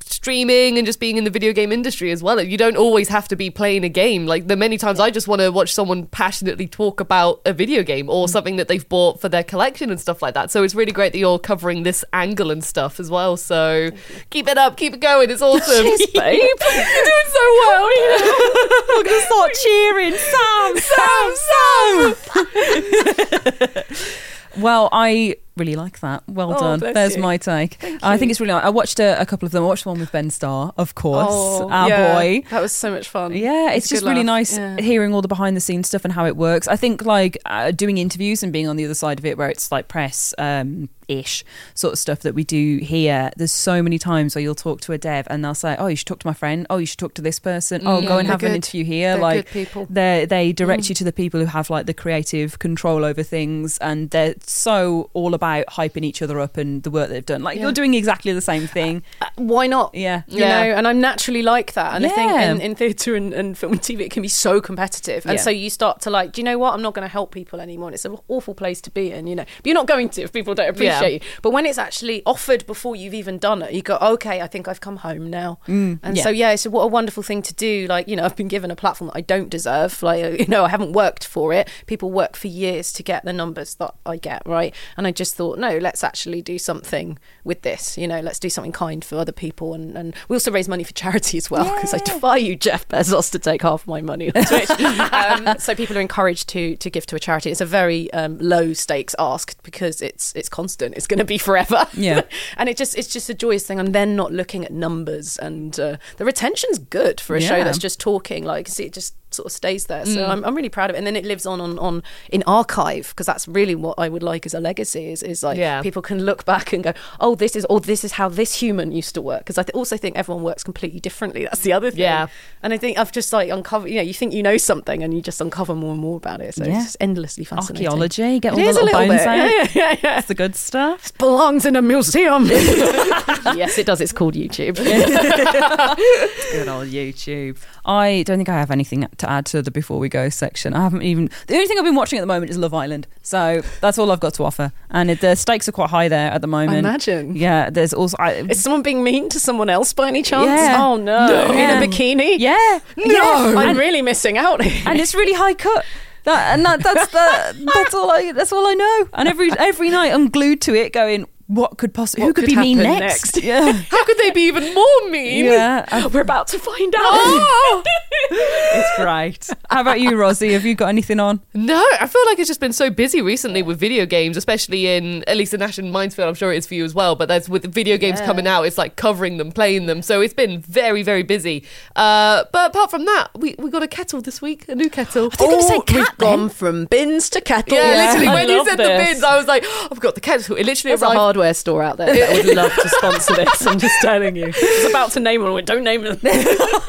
Speaker 4: streaming and just being in the video game industry as well. You don't always have to be playing a game. Like the many times I just want to watch someone passionately talk about a video game
Speaker 7: Mm.
Speaker 4: or something that they've bought for their collection and stuff like that. So it's really great that you're covering this angle and stuff as well. So keep it up, keep it going. It's awesome.
Speaker 7: babe.
Speaker 4: You're doing so well.
Speaker 2: We're going to start cheering. Sam, Sam, Sam. well, I really like that. Well
Speaker 7: Oh,
Speaker 2: done.
Speaker 7: bless
Speaker 2: There's
Speaker 7: you.
Speaker 2: my take. I think it's really nice. I watched a, a couple of them. I watched one with Ben Starr, of course, our
Speaker 7: Oh, yeah.
Speaker 2: boy.
Speaker 7: That was so much fun.
Speaker 2: Yeah, it's,
Speaker 7: a
Speaker 2: just
Speaker 7: good
Speaker 2: really
Speaker 7: laugh.
Speaker 2: nice
Speaker 7: Yeah.
Speaker 2: hearing all the behind the scenes stuff and how it works. I think like uh, doing interviews and being on the other side of it, where it's like press um, ish sort of stuff that we do here. There's so many times where you'll talk to a dev and they'll say, "Oh, you should talk to my friend. Oh, you should talk to this person. Oh, go and have an interview here." like they they direct you to the people who have like the creative control over things, and they're so all about hyping each other up and the work they've done. Like you're doing exactly the same thing.
Speaker 7: why not?
Speaker 2: Yeah.
Speaker 7: You
Speaker 4: Yeah.
Speaker 7: know, and I'm naturally like that. And I think
Speaker 2: Yeah.
Speaker 7: in, in theatre and, and film and TV, it can be so competitive. And
Speaker 2: Yeah.
Speaker 7: so you start to like, do you know what? I'm not going to help people anymore. And it's an awful place to be in, you know. But you're not going to if people don't appreciate
Speaker 4: Yeah.
Speaker 7: you. But when it's actually offered before you've even done it, you go, okay, I think I've come home now. and
Speaker 2: Mm. yeah.
Speaker 7: so, yeah, so what a wonderful thing to do. Like, you know, I've been given a platform that I don't deserve. Like, uh, you know, I haven't worked for it. People work for years to get the numbers that I get, right? And I just thought, no, let's actually do something with this. You know, let's do something kind for other people. And, and we also raise money for charity as well, because I defy you, Jeff Bezos, to take half my money on Twitch. um, so people are encouraged to, to give to a charity. It's a very um, low stakes ask because it's, it's constant, it's going to be forever.
Speaker 2: Yeah.
Speaker 7: and it just it's just a joyous thing and then not looking at numbers and uh, the retention's good for a show
Speaker 2: Yeah.
Speaker 7: that's just talking like see it just sort of stays there so I'm, I'm really proud of it and then it lives on on, on in archive because that's really what i would like as a legacy is, is like
Speaker 4: Yeah.
Speaker 7: people can look back and go oh this is or this is how this human used to work because i th- also think everyone works completely differently that's the other thing
Speaker 4: Yeah.
Speaker 7: and i think i've just like uncovered you know you think you know something and you just uncover more and more about it so
Speaker 2: Yeah.
Speaker 7: it's just endlessly fascinating
Speaker 2: Archaeology, get all
Speaker 7: it
Speaker 2: the
Speaker 7: is a
Speaker 2: little,
Speaker 7: little
Speaker 2: bones
Speaker 7: bit
Speaker 2: out.
Speaker 7: yeah, yeah, yeah, yeah.
Speaker 2: That's the good stuff.
Speaker 7: belongs in a museum. yes, it does. It's called YouTube.
Speaker 2: Good old YouTube. I don't think I have anything to to add to the before we go section. I haven't even. The only thing I've been watching at the moment is Love Island. So that's all I've got to offer. And it, the stakes are quite high there at the moment.
Speaker 3: imagine.
Speaker 2: Yeah, there's also. I,
Speaker 3: Is someone being mean to someone else by any chance?
Speaker 2: Yeah.
Speaker 3: Oh no. In
Speaker 2: Yeah.
Speaker 3: a bikini?
Speaker 2: yeah.
Speaker 3: No.
Speaker 2: Yeah.
Speaker 3: I'm
Speaker 2: And,
Speaker 3: really missing out here.
Speaker 2: and it's really high cut. That, and that, that's the, that's all I that's all I know. And every every night I'm glued to it, going, what could possibly who
Speaker 3: What
Speaker 2: could,
Speaker 3: could
Speaker 2: be mean
Speaker 3: happen
Speaker 2: next?
Speaker 3: next?
Speaker 2: Yeah,
Speaker 4: How could they be even more mean?
Speaker 2: yeah. I-
Speaker 3: We're about to find out.
Speaker 4: Oh!
Speaker 2: it's great. How about you, Rosie? Have you got anything on?
Speaker 4: No, I feel like it's just been so busy recently with video games, especially in at least in Ash and Mine's field. I'm sure it is for you as well. But that's with video games coming out, it's like covering them, playing them. So it's been very, very busy. Uh, but apart from that, we, we got a kettle this week, a new kettle.
Speaker 3: I think
Speaker 11: Oh,
Speaker 3: I said
Speaker 11: we've
Speaker 3: cat gone from bins to kettle.
Speaker 4: yeah, literally.
Speaker 12: I
Speaker 4: When you
Speaker 12: love
Speaker 4: said the
Speaker 12: this.
Speaker 4: bins, I was like, "Oh, I've got the kettle. It literally
Speaker 3: There's a
Speaker 4: arrived.
Speaker 3: hardware store out there that would love to sponsor this. I'm just telling you. I was about to name one. but Don't name them.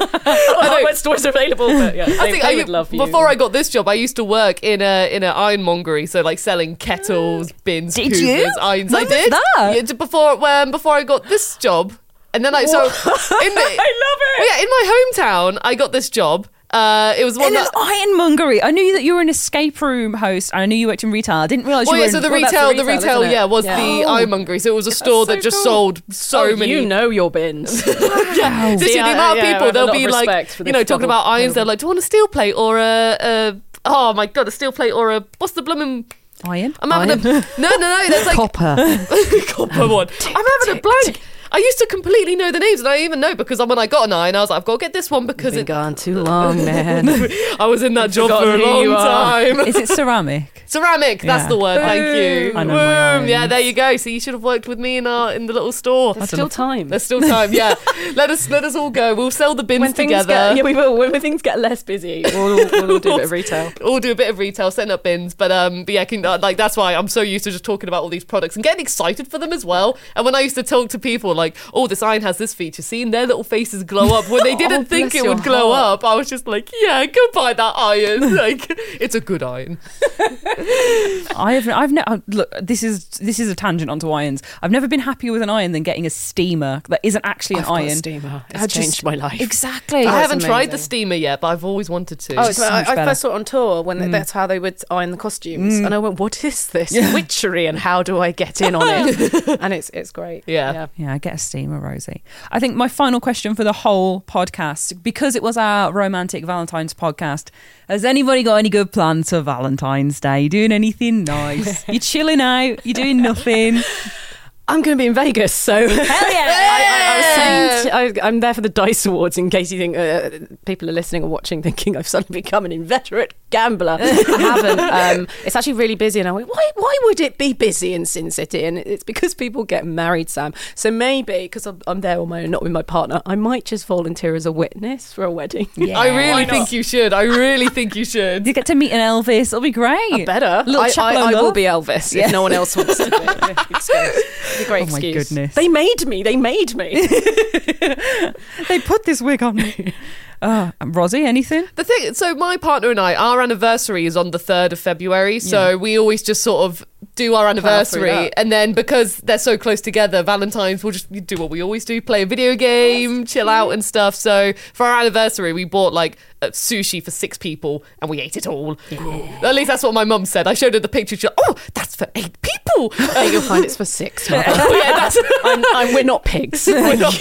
Speaker 3: hardware store's available. But yeah,
Speaker 4: I think I, before I got this job, I used to work in a in an ironmongery, so like selling kettles, bins,
Speaker 2: Did
Speaker 4: coopers,
Speaker 2: you?
Speaker 4: irons. I
Speaker 2: When was
Speaker 4: did
Speaker 2: that?
Speaker 4: Yeah, d- before um, before I got this job, and then I so in the, I
Speaker 2: love
Speaker 4: yeah, in my hometown, I got this job. Uh, it was one
Speaker 2: In an
Speaker 4: that.
Speaker 2: ironmongery. I knew that you were an escape room host. and I knew you worked in retail. I didn't realize
Speaker 4: Well,
Speaker 2: you were.
Speaker 4: yeah, so
Speaker 2: in,
Speaker 4: the
Speaker 3: well, that's
Speaker 4: retail, the
Speaker 3: retail,
Speaker 4: retail,
Speaker 3: isn't it?
Speaker 4: yeah, was
Speaker 3: Yeah.
Speaker 4: the ironmongery. So it was a store that
Speaker 2: so
Speaker 4: just
Speaker 2: cool.
Speaker 4: sold so many.
Speaker 3: Oh, You know your bins.
Speaker 4: yeah, this is
Speaker 3: See,
Speaker 4: the
Speaker 3: I-
Speaker 4: amount of
Speaker 3: yeah, I
Speaker 4: people
Speaker 3: have a
Speaker 4: they'll
Speaker 3: lot
Speaker 4: be
Speaker 3: of
Speaker 4: like,
Speaker 3: respect for
Speaker 4: you
Speaker 3: this
Speaker 4: know, talking
Speaker 3: double-
Speaker 4: about "Oh, irons. They're like, do you want a steel plate or a, a oh my god, a steel plate or a what's the blooming
Speaker 2: Iron.
Speaker 4: I'm having a no, no, no. There's like
Speaker 2: copper.
Speaker 4: copper one. I'm having a blank. I used to completely know the names, and I even know because when I got an iron, I was like, I've got to get this one because
Speaker 3: Been
Speaker 4: it,
Speaker 3: gone too long, man.
Speaker 4: I was in that job for a
Speaker 3: forgotten who
Speaker 4: long
Speaker 3: you are.
Speaker 4: time.
Speaker 2: Is it ceramic?
Speaker 4: Ceramic, that's
Speaker 2: Yeah.
Speaker 4: the word. Thank you.
Speaker 2: I know my
Speaker 4: Boom. Yeah,
Speaker 2: irons.
Speaker 4: there you go. So you should have worked with me in our in the little store.
Speaker 3: There's still time.
Speaker 4: There's still time. Yeah, let us let us all go. We'll sell the bins
Speaker 3: When things
Speaker 4: together.
Speaker 3: get yeah, we will. When things get less busy, we'll, we'll all do a bit of retail.
Speaker 4: all do a bit of retail, setting up bins. But um, but yeah, can, uh, like that's why I'm so used to just talking about all these products and getting excited for them as well. And when I used to talk to people like, oh, this iron has this feature, seeing their little faces glow up when they didn't think it
Speaker 3: Oh, your
Speaker 4: would glow up, I was just like, yeah, go buy that iron. like it's a good iron.
Speaker 2: I have. I've never. Look, this is this is a tangent onto irons. I've never been happier with an iron than getting a steamer that isn't actually an
Speaker 3: I've
Speaker 2: iron.
Speaker 3: Got a steamer. It's
Speaker 2: I just-
Speaker 3: changed my life.
Speaker 2: Exactly.
Speaker 4: I
Speaker 3: that's
Speaker 4: haven't tried the
Speaker 3: amazing.
Speaker 4: steamer yet, but I've always wanted to.
Speaker 3: Oh, it's
Speaker 2: so
Speaker 3: I,
Speaker 2: much
Speaker 3: I
Speaker 2: better. Mm.
Speaker 3: first saw it on tour when that's how they would iron the costumes, and I went, "What is this witchery? And how do I get in on it?" and it's it's great.
Speaker 4: Yeah.
Speaker 2: Yeah, get a steamer, Rosie. I think my final question for the whole podcast, because it was our romantic Valentine's podcast, has anybody got any good plans for Valentine's Day? You doing anything nice? You're chilling out, you're doing nothing.
Speaker 3: I'm going to be in Vegas, so
Speaker 2: Hell yeah.
Speaker 3: I, I, I was saying to- I, I'm there for the Dice Awards. In case you think uh, people are listening or watching, thinking I've suddenly become an inveterate gambler, I haven't. Um, it's actually really busy, and I went, why? Why would it be busy in Sin City? And it's because people get married, Sam. So maybe because I'm, I'm there on my own, not with my partner, I might just volunteer as a witness for a wedding.
Speaker 4: I really think you should. I really think you should.
Speaker 2: You get to meet an Elvis. It'll be great.
Speaker 3: better.
Speaker 2: Little
Speaker 3: I, I,
Speaker 2: chaperone
Speaker 3: I will
Speaker 2: love.
Speaker 3: be Elvis if no one else wants to be. Excuse. It's a great
Speaker 2: Oh my
Speaker 3: excuse.
Speaker 2: goodness.
Speaker 3: They made me. They made me.
Speaker 2: They put this wig on me. Oh, and Rosie, anything?
Speaker 4: The thing, so my partner and I, our anniversary is on the third of February, so we always just sort of do our anniversary,
Speaker 3: that.
Speaker 4: and then because they're so close together, Valentine's we'll just do what we always do: play a video game, chill out, and stuff. So for our anniversary, we bought like uh, sushi for six people, and we ate it all. At least that's what my mum said. I showed her the picture. She, oh, that's for eight people.
Speaker 3: I think you'll find it's for six. Mother.
Speaker 4: Oh, yeah, that's.
Speaker 3: I'm, I'm, we're not pigs.
Speaker 4: not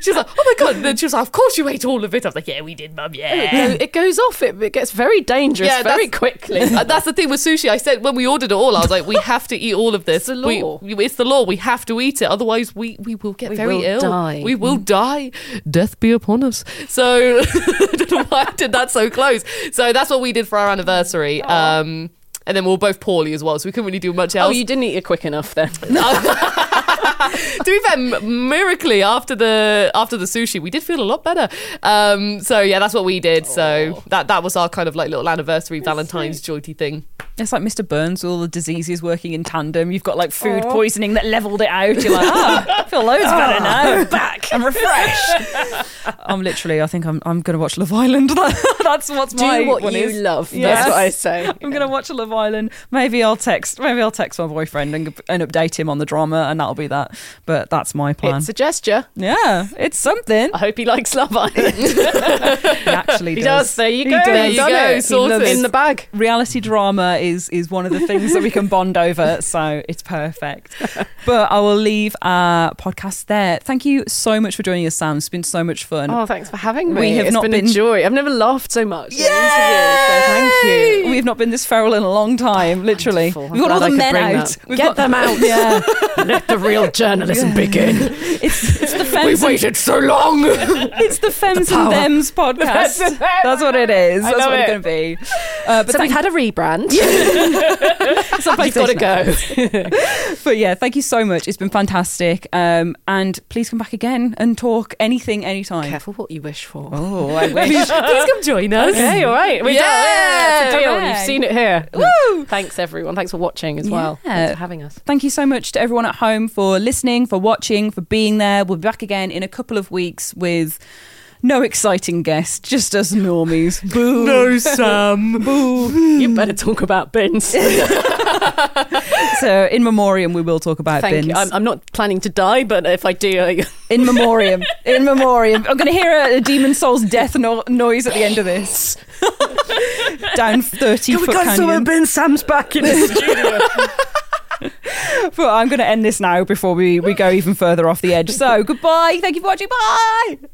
Speaker 4: She was like, oh my god! And then she was like, of course you ate all of it. I was like, yeah, we did, mum. Yeah.
Speaker 3: it goes off. It, it gets very dangerous
Speaker 4: Yeah,
Speaker 3: very
Speaker 4: that's-
Speaker 3: quickly.
Speaker 4: Uh, That's the thing with sushi. I said when we ordered it all, I was like, we have to eat all of this.
Speaker 3: It's the
Speaker 4: We-
Speaker 3: law.
Speaker 4: We, it's the law. We have to eat it. Otherwise, we, we will get
Speaker 3: We
Speaker 4: very
Speaker 3: will
Speaker 4: ill.
Speaker 3: die.
Speaker 4: We will die. Death be upon us. So I don't know why I did that so close. So that's what we did for our anniversary. Um, and then we were both poorly as well, so we couldn't really do much
Speaker 3: Oh,
Speaker 4: else.
Speaker 3: you didn't eat it quick enough then.
Speaker 4: to be fair, m- miraculously after the after the sushi, we did feel a lot better. Um, so yeah, that's what we did. So that that was our kind of like little anniversary Valentine's jointy thing.
Speaker 2: It's like Mr. Burns, all the diseases working in tandem. You've got like food poisoning that leveled it out. You're like, oh, I feel loads better now. Back. I'm refreshed. I'm literally, I think I'm, I'm going to watch Love Island. That's what's
Speaker 3: Do
Speaker 2: my
Speaker 3: what
Speaker 2: one
Speaker 3: you
Speaker 2: is.
Speaker 3: love.
Speaker 2: Yes.
Speaker 3: That's what I say.
Speaker 2: I'm going to watch Love Island. Maybe I'll text. Maybe I'll text my boyfriend and, and update him on the drama, and that'll be that. But that's my plan.
Speaker 3: It's a gesture.
Speaker 2: yeah, it's something.
Speaker 3: I hope he likes Love Island.
Speaker 2: He actually
Speaker 3: he does. There you
Speaker 2: He
Speaker 3: go.
Speaker 2: does.
Speaker 3: There you
Speaker 2: He
Speaker 3: go.
Speaker 13: loves
Speaker 3: Sorted.
Speaker 13: it.
Speaker 3: In the bag.
Speaker 2: reality drama is is one of the things that we can bond over so it's perfect but i will leave our podcast there thank you so much for joining us sam it's been so much fun
Speaker 3: Oh, thanks for having me.
Speaker 2: We have
Speaker 3: It's
Speaker 2: not
Speaker 3: been,
Speaker 2: been-
Speaker 3: a joy. I've never laughed so much. in an interview, so thank you.
Speaker 2: We've not been this feral in a long time, literally.
Speaker 3: wonderful. I'm
Speaker 2: We've got
Speaker 3: glad
Speaker 2: all
Speaker 3: I
Speaker 2: the
Speaker 3: could
Speaker 2: men
Speaker 3: bring
Speaker 2: out.
Speaker 3: that.
Speaker 2: We've
Speaker 3: Get
Speaker 2: got
Speaker 3: them out.
Speaker 2: Yeah,
Speaker 4: Let the real journalism begin.
Speaker 2: it's, it's the
Speaker 4: We've
Speaker 2: femmes. and-
Speaker 4: waited so long.
Speaker 2: it's the femmes and
Speaker 4: power.
Speaker 2: thems podcast. That's what it is. That's
Speaker 3: love
Speaker 2: what it's
Speaker 3: it.
Speaker 2: going to be. Uh, but
Speaker 3: So we've
Speaker 2: thank-
Speaker 3: had a rebrand.
Speaker 2: it's on
Speaker 3: You've got to go.
Speaker 2: PlayStation. But yeah, thank you so much. It's been fantastic. Um, and please come back again and talk anything, anytime.
Speaker 3: Careful what you wish for.
Speaker 2: Oh, I wish.
Speaker 3: Please come join us. Okay, all right. We're done.
Speaker 2: Yeah,
Speaker 3: It's a deal.
Speaker 2: hooray.
Speaker 3: You've seen it here.
Speaker 2: Woo!
Speaker 3: Thanks, everyone. Thanks for watching as well.
Speaker 2: Yeah.
Speaker 3: Thanks for having us.
Speaker 2: Thank you so much to everyone at home for listening, for watching, for being there. We'll be back again in a couple of weeks with no exciting guest, just us normies. Boo. no Sam. Boo.
Speaker 3: You better talk about bins.
Speaker 2: So in memoriam, we will talk about
Speaker 3: Thank
Speaker 2: bins.
Speaker 3: you. I'm, I'm not planning to die, but if I do, I,
Speaker 2: in memoriam. In memoriam. I'm going to hear a, a demon soul's death no- noise at the end of this. Down thirty foot canyon.
Speaker 4: bin. Sam's back in his
Speaker 2: But I'm going to end this now before we, we go even further off the edge. So goodbye. Thank you for watching. Bye.